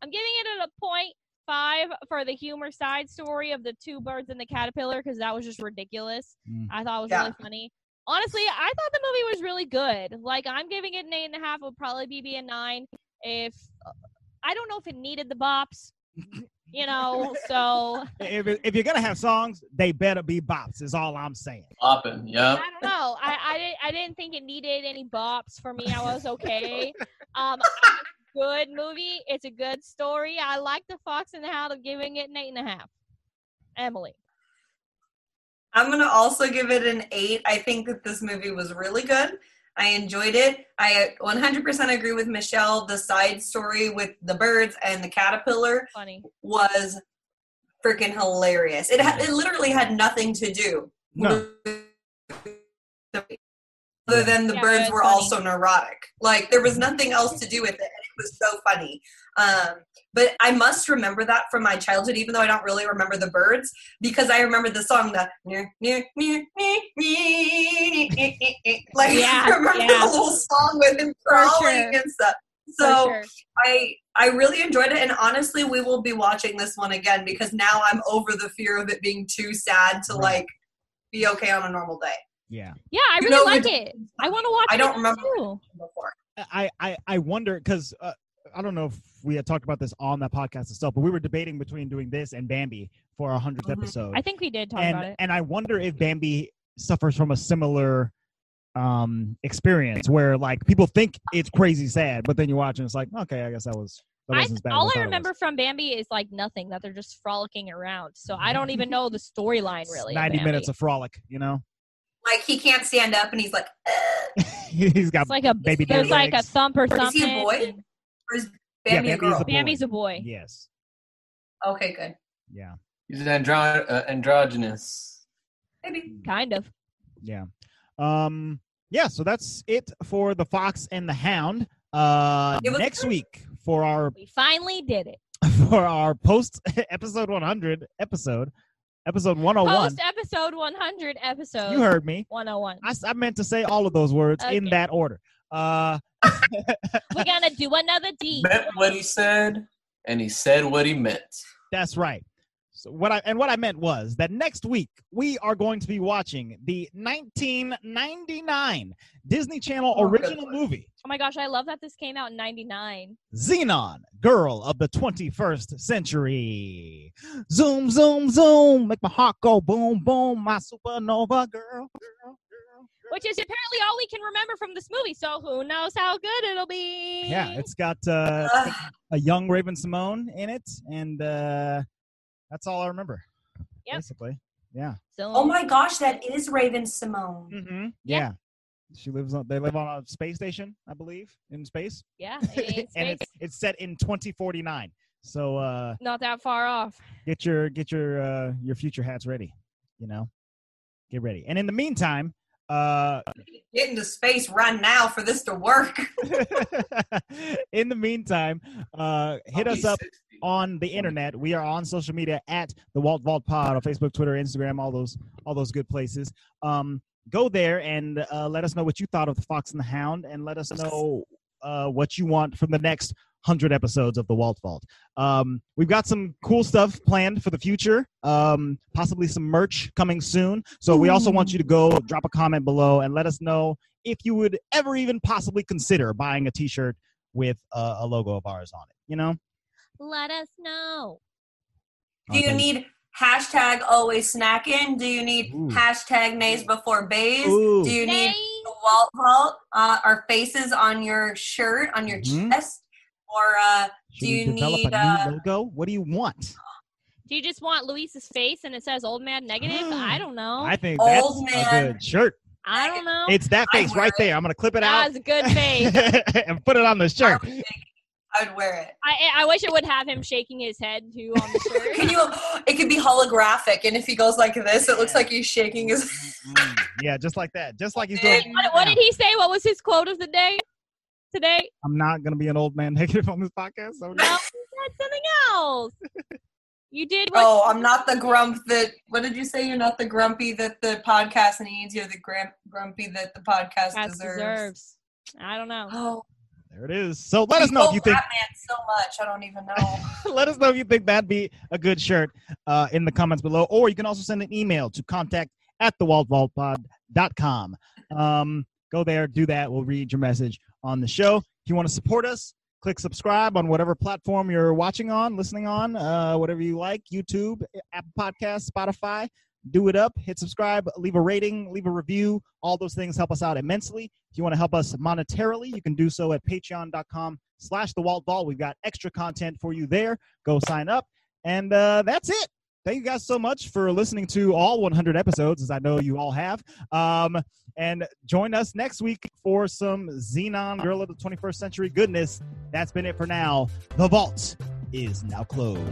Speaker 3: I'm giving it a point five for the humor side story of the two birds and the caterpillar because that was just ridiculous.
Speaker 4: Mm.
Speaker 3: I thought it was
Speaker 6: Yeah.
Speaker 3: really funny. Honestly, I thought the movie was really good. Like I'm giving it an eight and a half. It would probably be a nine if uh, I don't know if it needed the bops. You know, so
Speaker 4: If, if you're gonna have songs, they better be bops. Is all I'm saying.
Speaker 1: Popping, yeah.
Speaker 3: I don't know. I, I didn't I didn't think it needed any bops for me. I was okay. Um (laughs) it's a good movie. It's a good story. I like the Fox and the Hound of giving it an eight and a half. Emily.
Speaker 6: I'm gonna also give it an eight. I think that this movie was really good. I enjoyed it. I 100% agree with Michelle. The side story with the birds and the caterpillar
Speaker 3: Funny.
Speaker 6: was freaking hilarious. It
Speaker 3: Mm.
Speaker 6: ha- it literally had nothing to do
Speaker 4: No.
Speaker 6: with
Speaker 3: Mm.
Speaker 6: other than the
Speaker 3: Yeah,
Speaker 6: birds
Speaker 3: it's
Speaker 6: were
Speaker 3: funny. Mm.
Speaker 6: also neurotic. Like there was nothing else to do with it, and it was so funny. Um, but I must remember that from my childhood, even though I don't really remember the birds, because I remember the song the near near near near like (laughs)
Speaker 3: Yeah,
Speaker 6: I remember
Speaker 3: yeah.
Speaker 6: the little song with him
Speaker 3: For sure.
Speaker 6: crawling and stuff.
Speaker 3: For
Speaker 6: So
Speaker 3: sure.
Speaker 6: I I really enjoyed it, and honestly, we will be watching this one again because now I'm over the fear of it being too sad to
Speaker 4: Right.
Speaker 6: like be okay on a normal day.
Speaker 4: Yeah.
Speaker 3: yeah, I
Speaker 6: You
Speaker 3: really
Speaker 6: know,
Speaker 3: like
Speaker 6: we-
Speaker 3: it. I want to watch.
Speaker 6: I don't
Speaker 3: it
Speaker 6: remember-
Speaker 3: Too.
Speaker 6: Before
Speaker 4: I I, I wonder because uh, I don't know if we had talked about this on that podcast itself, but we were debating between doing this and Bambi for our 100th
Speaker 6: Mhm.
Speaker 4: episode.
Speaker 3: Mm-hmm. I think we did talk
Speaker 4: and
Speaker 3: about it.
Speaker 4: and I wonder if Bambi suffers from a similar um experience where like people think it's crazy sad, but then you watch and it's like, okay, I guess that was that
Speaker 3: I,
Speaker 4: wasn't as bad. as
Speaker 3: all
Speaker 4: thought
Speaker 3: I
Speaker 4: it was.
Speaker 3: remember from Bambi is like nothing that they're just frolicking around. So I
Speaker 4: (laughs)
Speaker 3: don't even know the storyline really.
Speaker 4: ninety
Speaker 3: Bambi.
Speaker 4: minutes of frolic, you know. (laughs)
Speaker 6: like he can't stand up, and he's like, "Ugh."
Speaker 4: He's got
Speaker 3: It's like a
Speaker 4: baby
Speaker 3: there's
Speaker 4: daddy
Speaker 3: like a
Speaker 4: legs.
Speaker 3: thump or
Speaker 6: Is
Speaker 3: something.
Speaker 6: he a boy?
Speaker 3: and
Speaker 6: Or is
Speaker 4: Yeah,
Speaker 6: Bambi
Speaker 4: Bambi
Speaker 6: a
Speaker 4: is
Speaker 6: girl?
Speaker 4: the-
Speaker 3: Bambi's a boy.
Speaker 4: yes,
Speaker 6: okay, good.
Speaker 4: yeah,
Speaker 7: He's an andro- uh, androgynous.
Speaker 6: Maybe.
Speaker 3: Kind of.
Speaker 4: yeah, um, yeah. So that's it for the Fox and the Hound. Uh,
Speaker 6: It was
Speaker 4: next
Speaker 6: good.
Speaker 4: week for our (laughs)
Speaker 3: We finally did it.
Speaker 4: for our post (laughs) episode one hundred episode episode one hundred one.
Speaker 3: Post episode 100 episode
Speaker 4: You heard me.
Speaker 3: 101.
Speaker 4: I, s- I meant to say all of those words in
Speaker 3: Okay.
Speaker 4: that order. Uh,
Speaker 3: We're going to do another
Speaker 4: (laughs)
Speaker 3: D.
Speaker 7: Meant what he said, and he said what he meant.
Speaker 4: that's right. So what I and what I meant was that next week we are going to be watching the 1999 Disney Channel
Speaker 6: Oh, good
Speaker 4: original
Speaker 6: Lord.
Speaker 4: movie
Speaker 3: Oh my gosh, I love that this came out in 99.
Speaker 4: Xenon, Girl of the 21st Century. Zoom, zoom, zoom, make my heart go boom, boom, my supernova girl. girl, girl, girl.
Speaker 3: Which is apparently all we can remember from this movie. So who knows how good it'll be.
Speaker 4: Yeah, it's got uh,
Speaker 6: Ugh.
Speaker 4: a young Raven Simone in it, and uh, that's all I remember.
Speaker 3: Yep.
Speaker 4: Basically, yeah.
Speaker 3: So,
Speaker 6: Oh my gosh, that is Raven Simone.
Speaker 4: Mm-hmm.
Speaker 3: Yeah.
Speaker 4: Yeah. She lives on. They live on a space station, I believe, in space,
Speaker 3: Yeah, it ain't
Speaker 4: (laughs) and
Speaker 3: space.
Speaker 4: it's it's set in 2049. So uh,
Speaker 3: Not that far off.
Speaker 4: get your get your uh, your future hats ready. You know, get ready. And in the meantime, uh, (laughs)
Speaker 6: Get into space right now for this to work.
Speaker 4: in the meantime, uh, hit
Speaker 7: I'll
Speaker 4: us
Speaker 7: be
Speaker 4: up
Speaker 7: 60.
Speaker 4: on the internet. We are on social media at the Walt Vault Pod on Facebook, Twitter, Instagram, all those all those good places. Um, go there and uh, let us know what you thought of the Fox and the Hound, and let us know uh, what you want from the next hundred episodes of the Walt Vault. Um, we've got some cool stuff planned for the future. Um, possibly some merch coming soon. So we also want you to go drop a comment below and let us know if you would ever even possibly consider buying a T-shirt with uh, a logo of ours on it. You know.
Speaker 3: Let us know.
Speaker 6: Do you
Speaker 4: Okay.
Speaker 6: need hashtag always snacking? Do you need
Speaker 4: Ooh.
Speaker 6: hashtag nays before bays?
Speaker 4: Ooh.
Speaker 6: Do you need
Speaker 3: Nay.
Speaker 6: the Walt Vault, uh, our faces on your shirt, on your
Speaker 4: Mhm.
Speaker 6: chest, or uh,
Speaker 4: Should
Speaker 6: Do
Speaker 4: we
Speaker 6: you
Speaker 4: develop
Speaker 6: need,
Speaker 4: a
Speaker 6: uh,
Speaker 4: new logo? What do you want?
Speaker 3: Do you just want Luis's face and it says old man negative?
Speaker 4: (gasps)
Speaker 3: I don't know.
Speaker 4: I
Speaker 3: I,
Speaker 4: think that's
Speaker 6: Oh, Old
Speaker 4: a
Speaker 6: man. Oh,
Speaker 4: good shirt.
Speaker 3: don't know.
Speaker 4: It's that
Speaker 6: I
Speaker 4: face
Speaker 6: wear
Speaker 4: right there. I'm gonna clip it
Speaker 3: that
Speaker 4: out
Speaker 3: was a
Speaker 4: (laughs)
Speaker 3: good face.
Speaker 4: and put it on the
Speaker 6: I
Speaker 4: shirt.
Speaker 6: would, think I would wear it.
Speaker 3: I, I wish it would have him shaking his head too
Speaker 4: (laughs)
Speaker 3: on the (laughs)
Speaker 6: Can
Speaker 3: shirt.
Speaker 6: you? It could be holographic, and if he goes like this, it looks like he's shaking his.
Speaker 4: Mm, yeah, just like that. Just like he's doing.
Speaker 3: what, what
Speaker 4: now.
Speaker 3: did he say? What was his quote of the day today?
Speaker 4: I'm not gonna be an old man negative on this podcast. So
Speaker 3: No, he said something else. You did what?
Speaker 6: Oh, I'm not the grump that. What did you say? You're not the grumpy that the podcast needs. You're the grump, grumpy that the podcast
Speaker 3: Cass
Speaker 6: deserves.
Speaker 3: deserves. I don't know.
Speaker 6: Oh,
Speaker 4: there it is. So let us know if you think.
Speaker 6: Batman so much. I don't even know.
Speaker 4: (laughs) let us know if you think that'd be a good shirt uh, in the comments below, or you can also send an email to contact at the waldvaultpod.com. Um, go there, do that. We'll read your message on the show. If you want to support us, click subscribe on whatever platform you're watching on, listening on, uh, whatever you like YouTube, Apple Podcasts, Spotify. Do it up, hit subscribe, leave a rating, leave a review. All those things help us out immensely. If you want to help us monetarily, you can do so at patreon.com slash the Walt Ball. We've got extra content for you there go sign up. And uh, that's it. Thank you guys so much for listening to all 100 episodes, as I know you all have. Um, and join us next week for some Xenon Girl of the 21st Century goodness. That's been it for now. The vault is now closed.